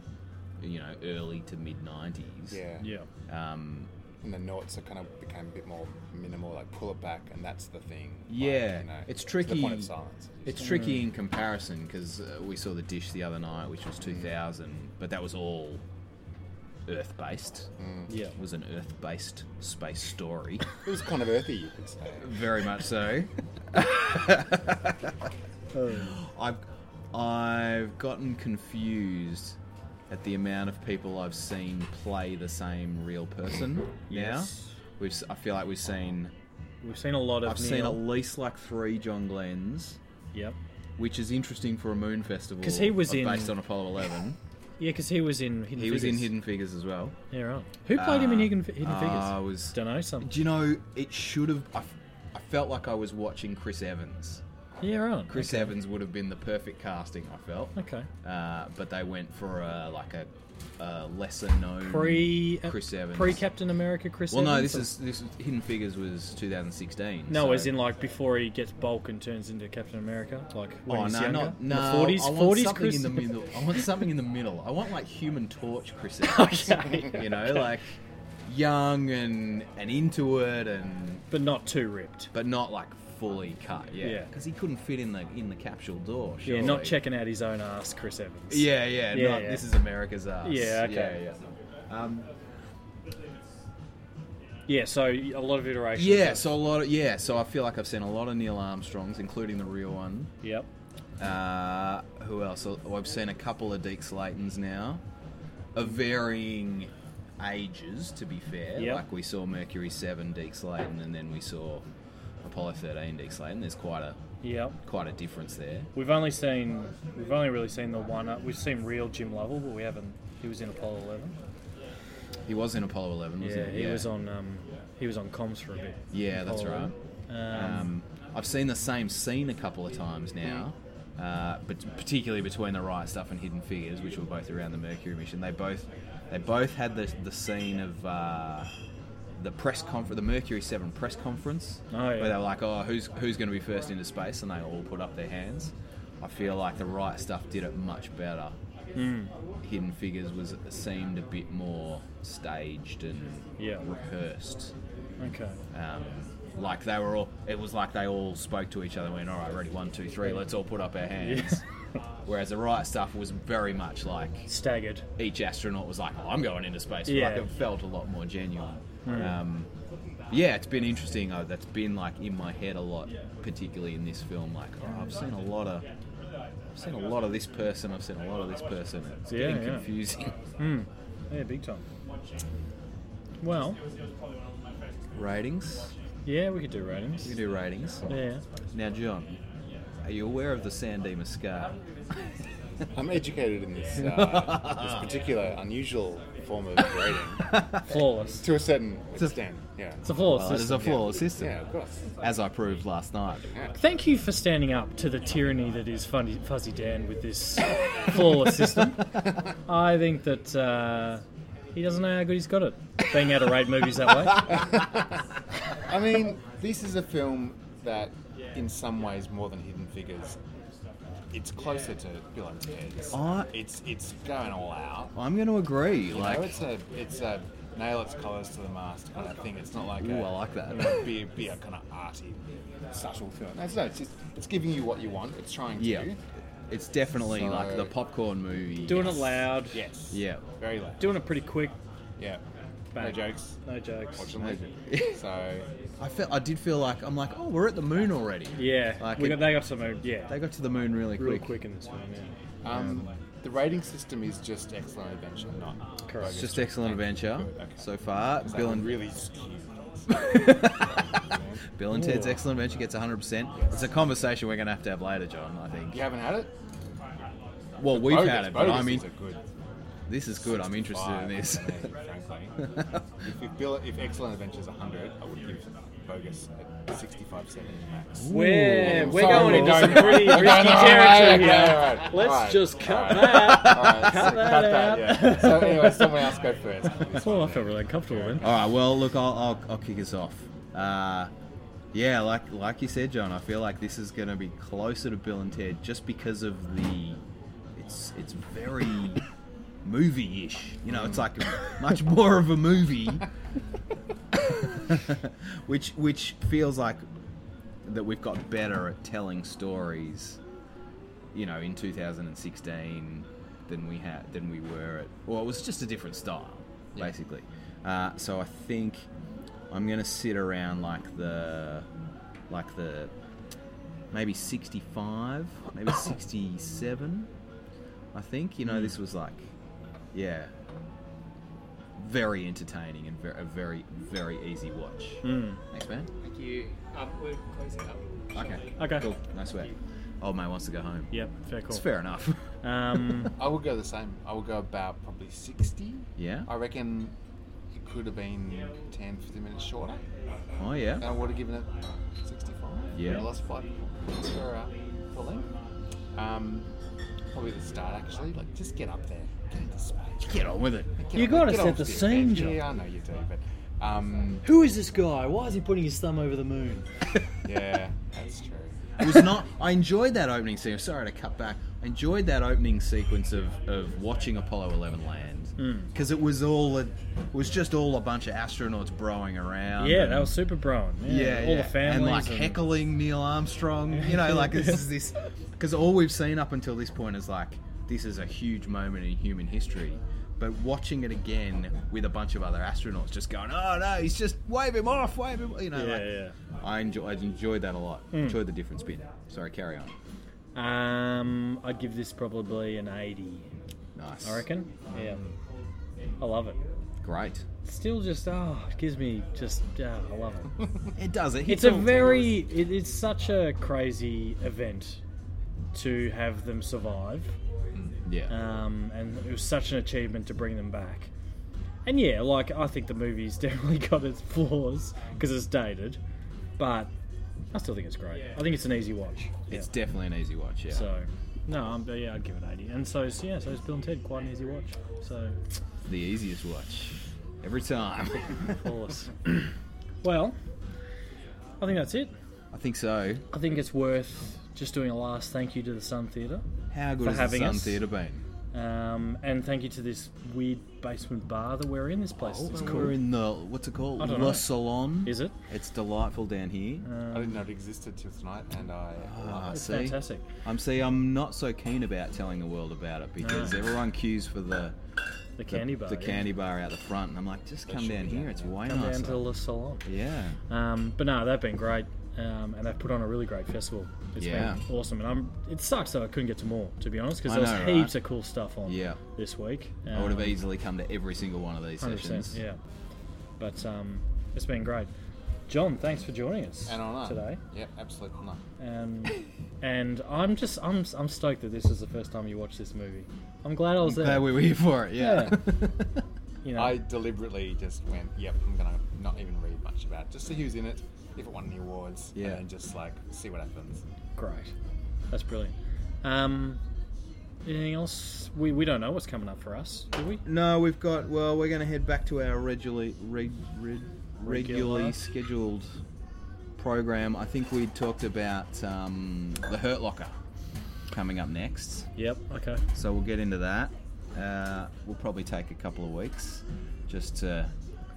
[SPEAKER 3] You know, early to mid '90s.
[SPEAKER 5] Yeah.
[SPEAKER 4] Yeah.
[SPEAKER 3] Um,
[SPEAKER 5] And the noughts are kind of became a bit more minimal, like pull it back, and that's the thing. Like,
[SPEAKER 3] Yeah,
[SPEAKER 5] you know,
[SPEAKER 3] it's
[SPEAKER 5] to the
[SPEAKER 3] tricky.
[SPEAKER 5] point of silence. as you
[SPEAKER 3] It's
[SPEAKER 5] say.
[SPEAKER 3] tricky in comparison because uh, we saw the dish the other night, which
[SPEAKER 5] Mm.
[SPEAKER 3] was 2000, but that was all Earth based.
[SPEAKER 5] Mm.
[SPEAKER 4] Yeah.
[SPEAKER 3] It was an Earth based space story.
[SPEAKER 5] It was kind of earthy, you could say.
[SPEAKER 3] Very much so. I've I've gotten confused at the amount of people I've seen play the same real person
[SPEAKER 4] Yes.
[SPEAKER 3] now. We've s- I feel like we've seen
[SPEAKER 4] We've seen a lot of.
[SPEAKER 3] I've seen at
[SPEAKER 4] Neil.
[SPEAKER 3] least like three John Glens,
[SPEAKER 4] Yep.
[SPEAKER 3] which is interesting for a moon festival
[SPEAKER 4] 'Cause he was
[SPEAKER 3] of-
[SPEAKER 4] in-
[SPEAKER 3] based on Apollo Eleven.
[SPEAKER 4] Yeah, because he was in. Hidden
[SPEAKER 3] he was in
[SPEAKER 4] Figures.
[SPEAKER 3] Hidden Figures as well.
[SPEAKER 4] Yeah, right. Who played him in
[SPEAKER 3] Uh,
[SPEAKER 4] Hidden, Fi- Hidden
[SPEAKER 3] uh,
[SPEAKER 4] Figures?
[SPEAKER 3] I was-
[SPEAKER 4] Don't know. Some.
[SPEAKER 3] Do you know it should have? I, f- I felt like I was watching Chris Evans.
[SPEAKER 4] Yeah, right.
[SPEAKER 3] Chris Evans would have been the perfect casting. I felt.
[SPEAKER 4] Okay.
[SPEAKER 3] uh, but they went for a, like a, a lesser known
[SPEAKER 4] Pre uh,
[SPEAKER 3] Chris Evans.
[SPEAKER 4] Pre Captain America Chris
[SPEAKER 3] well,
[SPEAKER 4] Evans.
[SPEAKER 3] no, this
[SPEAKER 4] or-
[SPEAKER 3] is this is, Hidden Figures was 2016.
[SPEAKER 4] No,
[SPEAKER 3] so-
[SPEAKER 4] as in like before he gets bulk and turns into Captain America, like when
[SPEAKER 3] Oh
[SPEAKER 4] he's
[SPEAKER 3] no,
[SPEAKER 4] younger.
[SPEAKER 3] not
[SPEAKER 4] In
[SPEAKER 3] no.
[SPEAKER 4] the forties,
[SPEAKER 3] I want
[SPEAKER 4] forties
[SPEAKER 3] something
[SPEAKER 4] Chris.
[SPEAKER 3] in the middle. I want something in the middle. I want like Human Torch Chris Evans.
[SPEAKER 4] okay,
[SPEAKER 3] You know, like young and and into it, and
[SPEAKER 4] but not too ripped.
[SPEAKER 3] but not like fully cut. Yeah,
[SPEAKER 4] Yeah.
[SPEAKER 3] because he couldn't fit in the in the capsule door.
[SPEAKER 4] Yeah,
[SPEAKER 3] Surely.
[SPEAKER 4] not checking out his own ass, Chris Evans.
[SPEAKER 3] Yeah, yeah,
[SPEAKER 4] Yeah,
[SPEAKER 3] not,
[SPEAKER 4] yeah.
[SPEAKER 3] This is America's ass.
[SPEAKER 4] Yeah, okay.
[SPEAKER 3] Yeah, yeah. Um,
[SPEAKER 4] yeah. So a lot of iterations.
[SPEAKER 3] Yeah, so a lot of yeah, so I feel like I've seen a lot of Neil Armstrongs, including the real one.
[SPEAKER 4] Yep.
[SPEAKER 3] Uh, who else? Oh, I've seen a couple of Deke Slaytons now, of varying ages. To be fair,
[SPEAKER 4] Yep.
[SPEAKER 3] like we saw Mercury Seven Deke Slayton, and then we saw Apollo Thirteen Deke Slayton. There's quite a
[SPEAKER 4] Yep.
[SPEAKER 3] quite a difference there.
[SPEAKER 4] We've only seen we've only really seen the one up. We've seen real Jim Lovell, but we haven't. He was in Apollo Eleven.
[SPEAKER 3] He was in Apollo Eleven,
[SPEAKER 4] Yeah,
[SPEAKER 3] wasn't he?
[SPEAKER 4] he was on um, he was on comms for a bit.
[SPEAKER 3] Yeah, that's
[SPEAKER 4] Apollo
[SPEAKER 3] right.
[SPEAKER 4] 11. Um,
[SPEAKER 3] Um, I've seen the same scene a couple of times now, uh, but particularly between the Riot Stuff and Hidden Figures, which were both around the Mercury mission. They both they both had the, the scene of uh, the press conference, the Mercury Seven press conference,
[SPEAKER 4] Oh, yeah.
[SPEAKER 3] where they were like, "Oh, who's who's going to be first into space?" and they all put up their hands. I feel like the Riot Stuff did it much better.
[SPEAKER 4] Hmm.
[SPEAKER 3] Hidden Figures was seemed a bit more staged and
[SPEAKER 4] Yeah.
[SPEAKER 3] rehearsed.
[SPEAKER 4] okay.
[SPEAKER 3] Um, like they were all, it was like they all spoke to each other. and Went, all right, ready, one, two, three. Let's all put up our hands. Whereas the right stuff was very much like
[SPEAKER 4] Staggered.
[SPEAKER 3] each astronaut was like, oh, I'm going into space.
[SPEAKER 4] Yeah. Hmm.
[SPEAKER 3] Like it felt a lot more genuine. Um, yeah, it's been interesting. Uh, that's been like in my head a lot, particularly in this film. Like oh, I've seen a lot of, I've seen a lot of this person. I've seen a lot of this person. It's
[SPEAKER 4] Yeah,
[SPEAKER 3] getting
[SPEAKER 4] yeah.
[SPEAKER 3] confusing.
[SPEAKER 4] Yeah, big time. Well,
[SPEAKER 3] ratings.
[SPEAKER 4] yeah, we could do ratings.
[SPEAKER 3] You do ratings.
[SPEAKER 4] Yeah.
[SPEAKER 3] Now, John, are you aware of the Sandema scar?
[SPEAKER 5] I'm educated in this, uh, this particular unusual form of grading
[SPEAKER 4] Flawless.
[SPEAKER 5] to a certain
[SPEAKER 3] a-
[SPEAKER 5] extent. Yeah.
[SPEAKER 4] It's a flawless
[SPEAKER 3] Well, it is a
[SPEAKER 4] system.
[SPEAKER 3] flawless system,
[SPEAKER 5] Yeah, of course.
[SPEAKER 3] as I proved last night.
[SPEAKER 4] Thank you for standing up to the tyranny that is Fuzzy, Fuzzy Dan with this flawless system. I think that uh, he doesn't know how good he's got it, being able to rate movies that way.
[SPEAKER 5] I mean, this is a film that, in some ways, more than Hidden Figures, it's closer to Bill and Ted's.
[SPEAKER 3] I-
[SPEAKER 5] It's it's going all out.
[SPEAKER 3] I'm going to agree.
[SPEAKER 5] You
[SPEAKER 3] like,
[SPEAKER 5] know, it's a it's a nail its colours to the mast kind of thing. It's not like
[SPEAKER 3] Ooh,
[SPEAKER 5] a,
[SPEAKER 3] I like that.
[SPEAKER 5] You know, be a, be a kind of arty, subtle film. That's no, it's just, it's giving you what you want. It's trying to.
[SPEAKER 3] yeah, it's definitely
[SPEAKER 5] So-
[SPEAKER 3] like the popcorn movie.
[SPEAKER 4] Doing it loud,
[SPEAKER 5] Yes.
[SPEAKER 3] Yeah.
[SPEAKER 5] Very loud.
[SPEAKER 4] doing it pretty quick.
[SPEAKER 5] Yeah. No
[SPEAKER 4] Bang.
[SPEAKER 5] jokes.
[SPEAKER 4] No jokes.
[SPEAKER 5] Fortunately. so
[SPEAKER 3] I felt, I did feel like I'm like, oh, we're at the moon already.
[SPEAKER 4] Yeah,
[SPEAKER 3] Like
[SPEAKER 4] we
[SPEAKER 3] it-
[SPEAKER 4] got, they got some. uh, Yeah,
[SPEAKER 3] They got to the moon really
[SPEAKER 4] real
[SPEAKER 3] quick.
[SPEAKER 4] quick. in this one. Yeah.
[SPEAKER 5] um, the rating system is just excellent adventure, not
[SPEAKER 4] Correct.
[SPEAKER 3] It's just excellent adventure
[SPEAKER 5] okay.
[SPEAKER 3] so far. Bill and
[SPEAKER 5] really skewed.
[SPEAKER 3] Bill and Ted's
[SPEAKER 4] Ooh.
[SPEAKER 3] excellent adventure gets 100. percent It's a conversation we're going to have to have later, John. I think.
[SPEAKER 5] You haven't had it?
[SPEAKER 3] Well, we've
[SPEAKER 5] Bogus-
[SPEAKER 3] had it, but
[SPEAKER 5] Bogus
[SPEAKER 3] I mean,
[SPEAKER 5] is a good
[SPEAKER 3] this is good. I'm interested in this.
[SPEAKER 5] 65 for me, frankly. if, if, Bill, if Excellent Adventure's 100, I would give Bogus a 65, 70 max.
[SPEAKER 4] We're,
[SPEAKER 5] Ooh.
[SPEAKER 4] we're
[SPEAKER 5] Sorry,
[SPEAKER 4] going
[SPEAKER 5] we're
[SPEAKER 4] into
[SPEAKER 5] going-
[SPEAKER 4] some pretty
[SPEAKER 5] we're
[SPEAKER 4] risky
[SPEAKER 5] going- all right,
[SPEAKER 4] territory
[SPEAKER 5] okay, all
[SPEAKER 4] here.
[SPEAKER 5] right, all right,
[SPEAKER 4] Let's just
[SPEAKER 5] all
[SPEAKER 4] cut
[SPEAKER 5] right.
[SPEAKER 4] that out.
[SPEAKER 5] All right, so
[SPEAKER 4] Cut that out.
[SPEAKER 5] yeah. So anyway, someone else go first.
[SPEAKER 4] Oh, I feel really uncomfortable then.
[SPEAKER 3] All right. Well, look, I'll, I'll, I'll kick us off. Uh, Yeah, like like you said, John, I feel like this is going to be closer to Bill and Ted just because of the it's it's very movie-ish. You know, it's like much more of a movie, which which feels like that we've got better at telling stories. You know, in 2016 than we had than we were at. Well, it was just a different style,
[SPEAKER 5] Yeah.
[SPEAKER 3] basically. Uh, so I think I'm gonna sit around like the like the maybe 65, maybe 67. I think you know this was like, yeah, very entertaining and very a very very easy watch.
[SPEAKER 4] Mm.
[SPEAKER 3] Thanks, man.
[SPEAKER 6] Thank you. Um, we're closing up.
[SPEAKER 3] Okay.
[SPEAKER 6] shortly.
[SPEAKER 4] Okay.
[SPEAKER 3] Cool. No sweat. Old mate wants to go home.
[SPEAKER 4] Yep, fair call.
[SPEAKER 3] It's fair enough.
[SPEAKER 4] Um,
[SPEAKER 5] I would go the same. I would go about probably 60.
[SPEAKER 3] yeah.
[SPEAKER 5] I reckon it could have been 10, 15 minutes shorter.
[SPEAKER 3] Oh yeah.
[SPEAKER 5] And I would have given it 65.
[SPEAKER 3] Yeah.
[SPEAKER 5] I lost five points for, uh, for length. Um, probably the start, actually. Like, just get up there. Get into space.
[SPEAKER 3] Get on with it.
[SPEAKER 5] Get
[SPEAKER 4] You
[SPEAKER 5] on-
[SPEAKER 4] gotta
[SPEAKER 5] get
[SPEAKER 4] set
[SPEAKER 5] off
[SPEAKER 4] the
[SPEAKER 5] there.
[SPEAKER 4] scene, John.
[SPEAKER 5] Yeah, I know you do, but. Um,
[SPEAKER 4] who is this guy? Why is he putting his thumb over the moon?
[SPEAKER 5] yeah, that's true.
[SPEAKER 3] It was not. I enjoyed that opening sequence. Sorry to cut back. I enjoyed that opening sequence of, of watching Apollo Eleven
[SPEAKER 4] Hmm.
[SPEAKER 3] land because it was all a, it was just all a bunch of astronauts broing around.
[SPEAKER 4] Yeah,
[SPEAKER 3] and-
[SPEAKER 4] that was super brown. Yeah,
[SPEAKER 3] Um, yeah,
[SPEAKER 4] all
[SPEAKER 3] yeah.
[SPEAKER 4] the families
[SPEAKER 3] and like heckling Neil Armstrong. You know, like this is this because all we've seen up until this point is like this is a huge moment in human history. But watching it again with a bunch of other astronauts just going, oh no, he's just wave him off, wave him, you know.
[SPEAKER 4] Yeah,
[SPEAKER 3] like,
[SPEAKER 4] yeah.
[SPEAKER 3] I enjoyed, I enjoyed that a lot.
[SPEAKER 4] Hmm.
[SPEAKER 3] Enjoyed the different spin. Sorry, carry on.
[SPEAKER 4] Um, I'd give this probably an 80,
[SPEAKER 3] Nice.
[SPEAKER 4] I reckon. Yeah. I love it.
[SPEAKER 3] Great.
[SPEAKER 4] Still just, oh, it gives me just, oh, I love it.
[SPEAKER 3] It does. It
[SPEAKER 4] It's a very, it, it's such a crazy event to have them survive.
[SPEAKER 3] yeah.
[SPEAKER 4] Um, and it was such an achievement to bring them back. And yeah, like, I think the movie's definitely got its flaws because it's dated, but I still think it's great. I think it's an easy watch.
[SPEAKER 3] It's definitely an easy watch. Yeah.
[SPEAKER 4] So no, I'm, yeah, I'd give it eighty. And so, so yeah, so it's Bill and Ted, quite an easy watch. So
[SPEAKER 3] the easiest watch every time.
[SPEAKER 4] flawless. well, I think that's it.
[SPEAKER 3] I think so.
[SPEAKER 4] I think it's worth just doing a last thank you to the Sun Theatre,
[SPEAKER 3] How good
[SPEAKER 4] For
[SPEAKER 3] has the
[SPEAKER 4] having
[SPEAKER 3] Sun
[SPEAKER 4] us.
[SPEAKER 3] Theatre been?
[SPEAKER 4] um, and thank you to this weird basement bar that we're in. This place is
[SPEAKER 3] Oh, We're
[SPEAKER 4] cool.
[SPEAKER 3] in the what's it called?
[SPEAKER 4] I
[SPEAKER 3] Le
[SPEAKER 4] don't know.
[SPEAKER 3] Salon.
[SPEAKER 4] Is it? Uh,
[SPEAKER 3] It's delightful down here.
[SPEAKER 5] I didn't know it existed till tonight, and I
[SPEAKER 3] Ah,
[SPEAKER 5] love it.
[SPEAKER 4] It's
[SPEAKER 3] see,
[SPEAKER 4] fantastic.
[SPEAKER 3] I'm see. I'm not so keen about telling the world about it because
[SPEAKER 4] No.
[SPEAKER 3] everyone queues for the
[SPEAKER 4] The
[SPEAKER 3] the
[SPEAKER 4] Ah. candy bar.
[SPEAKER 3] the
[SPEAKER 4] yeah.
[SPEAKER 3] candy bar out the front, and I'm like, just come
[SPEAKER 5] should
[SPEAKER 3] down
[SPEAKER 5] be
[SPEAKER 3] here.
[SPEAKER 5] down
[SPEAKER 3] It's
[SPEAKER 5] there.
[SPEAKER 3] way
[SPEAKER 4] Come down
[SPEAKER 3] nicer.
[SPEAKER 4] to the salon.
[SPEAKER 3] yeah.
[SPEAKER 4] Um, but no, they've been great, um, and they've put on a really great festival. It's
[SPEAKER 3] Yeah.
[SPEAKER 4] been awesome, and I'm. It sucks that I couldn't get to more, to be honest, because
[SPEAKER 3] I
[SPEAKER 4] there was
[SPEAKER 3] know, right?
[SPEAKER 4] heaps of cool stuff on
[SPEAKER 3] Yeah.
[SPEAKER 4] this week.
[SPEAKER 3] I would have
[SPEAKER 4] Um,
[SPEAKER 3] easily come to every single one of these
[SPEAKER 4] 100%,
[SPEAKER 3] sessions.
[SPEAKER 4] yeah. But um, it's been great, John. Thanks for joining us
[SPEAKER 5] And on
[SPEAKER 4] today.
[SPEAKER 5] Yep, absolute honor.
[SPEAKER 4] Um, and I'm just I'm I'm stoked that this is the first time you watched this movie. I'm glad I was there.
[SPEAKER 3] Glad we were here for it. yeah.
[SPEAKER 4] you know,
[SPEAKER 5] I deliberately just went, yep, I'm gonna not even read much about it, just see who's in it, if it won any awards,
[SPEAKER 3] Yeah.
[SPEAKER 5] and then just like see what happens.
[SPEAKER 4] great. That's brilliant. Um, anything else? We we don't know what's coming up for us, do we?
[SPEAKER 3] No, we've got. Well, we're going to head back to our regularly reg, reg, regularly
[SPEAKER 4] Regular.
[SPEAKER 3] scheduled program. I think we talked about um, the Hurt Locker coming up next,
[SPEAKER 4] Yep. Okay.
[SPEAKER 3] so we'll get into that. Uh, we'll probably take a couple of weeks just to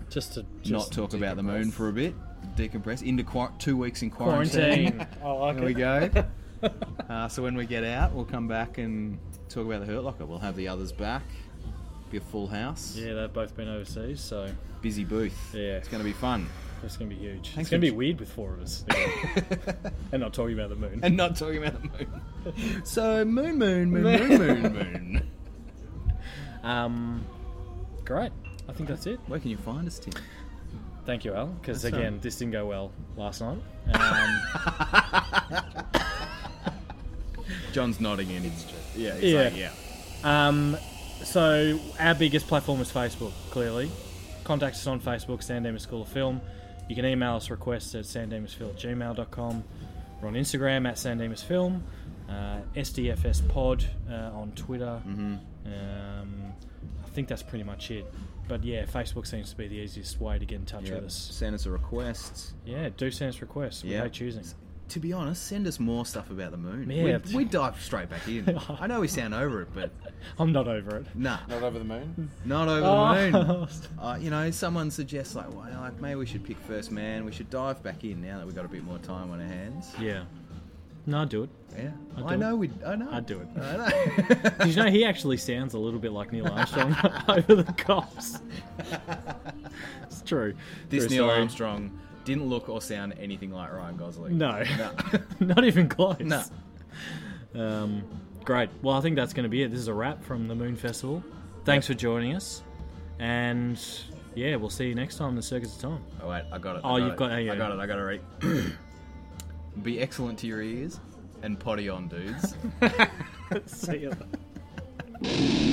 [SPEAKER 4] Just to
[SPEAKER 3] not
[SPEAKER 4] just
[SPEAKER 3] talk about the moon
[SPEAKER 5] decompress.
[SPEAKER 3] for a bit, decompress into qu- two weeks in quarantine.
[SPEAKER 4] quarantine. I like
[SPEAKER 3] there we
[SPEAKER 4] it.
[SPEAKER 3] go. Uh, so when we get out, we'll come back and talk about the Hurt Locker. We'll have the others back. Be a full house.
[SPEAKER 4] Yeah, they've both been overseas, so
[SPEAKER 3] Busy booth.
[SPEAKER 4] Yeah.
[SPEAKER 3] It's going to be fun.
[SPEAKER 4] it's gonna be huge.
[SPEAKER 3] Thanks
[SPEAKER 4] it's gonna
[SPEAKER 3] for-
[SPEAKER 4] be weird with four of us, and not talking about the moon.
[SPEAKER 3] and not talking about the moon. So, moon, moon, moon, moon, moon, moon.
[SPEAKER 4] Um, great. I think that's it. um,
[SPEAKER 3] Where can you find us, Tim?
[SPEAKER 4] Thank you, Al. Because
[SPEAKER 3] That's all
[SPEAKER 4] again,
[SPEAKER 3] right.
[SPEAKER 4] this didn't go well last night. Um,
[SPEAKER 3] John's nodding in his Yeah, he's
[SPEAKER 4] Yeah.
[SPEAKER 3] yeah. Like, yeah.
[SPEAKER 4] um, so our biggest platform is Facebook. Clearly, contact us on Facebook, Sandemus School of Film. You can email us requests at sandemusfilm at gmail.com. We're on Instagram at sandemusfilm, uh, SDFS Pod uh, on Twitter, Um, I think that's pretty much it. But yeah, Facebook seems to be the easiest way to get in touch
[SPEAKER 3] Yeah,
[SPEAKER 4] with us.
[SPEAKER 3] Send us a request.
[SPEAKER 4] Yeah, do send us requests. We
[SPEAKER 3] Yeah.
[SPEAKER 4] hate choosing.
[SPEAKER 3] To be honest, send us more stuff about the moon.
[SPEAKER 4] Yeah.
[SPEAKER 3] We, we dive straight back in. I know we sound over it, but
[SPEAKER 4] I'm not over it.
[SPEAKER 3] nah,
[SPEAKER 5] Not over the moon?
[SPEAKER 3] not over the moon.
[SPEAKER 4] Oh.
[SPEAKER 3] Uh, you know, someone suggests like, well, like, maybe we should pick First Man. We should dive back in now that we've got a bit more time on our hands.
[SPEAKER 4] yeah. No, I'd do it.
[SPEAKER 3] Yeah,
[SPEAKER 4] I'd
[SPEAKER 3] I
[SPEAKER 4] do
[SPEAKER 3] know
[SPEAKER 4] it.
[SPEAKER 3] we. I know.
[SPEAKER 4] I'd do it.
[SPEAKER 3] I know.
[SPEAKER 4] Did you know he actually sounds a little bit like Neil Armstrong over the cops? it's true.
[SPEAKER 3] this
[SPEAKER 4] True
[SPEAKER 3] Neil
[SPEAKER 4] story.
[SPEAKER 3] Armstrong didn't look or sound anything like Ryan Gosling.
[SPEAKER 4] No.
[SPEAKER 3] no.
[SPEAKER 4] Not even close.
[SPEAKER 3] No.
[SPEAKER 4] Um, great. Well, I think that's going to be it. This is a wrap from the Moon Festival. Thanks for joining us. And yeah, we'll see you next time. The Circus of Time.
[SPEAKER 3] Oh wait, I got it. I
[SPEAKER 4] Oh, you've
[SPEAKER 3] it.
[SPEAKER 4] got- oh, yeah.
[SPEAKER 3] I got it. I got it right. Be excellent to your ears and potty on, dudes.
[SPEAKER 4] see you.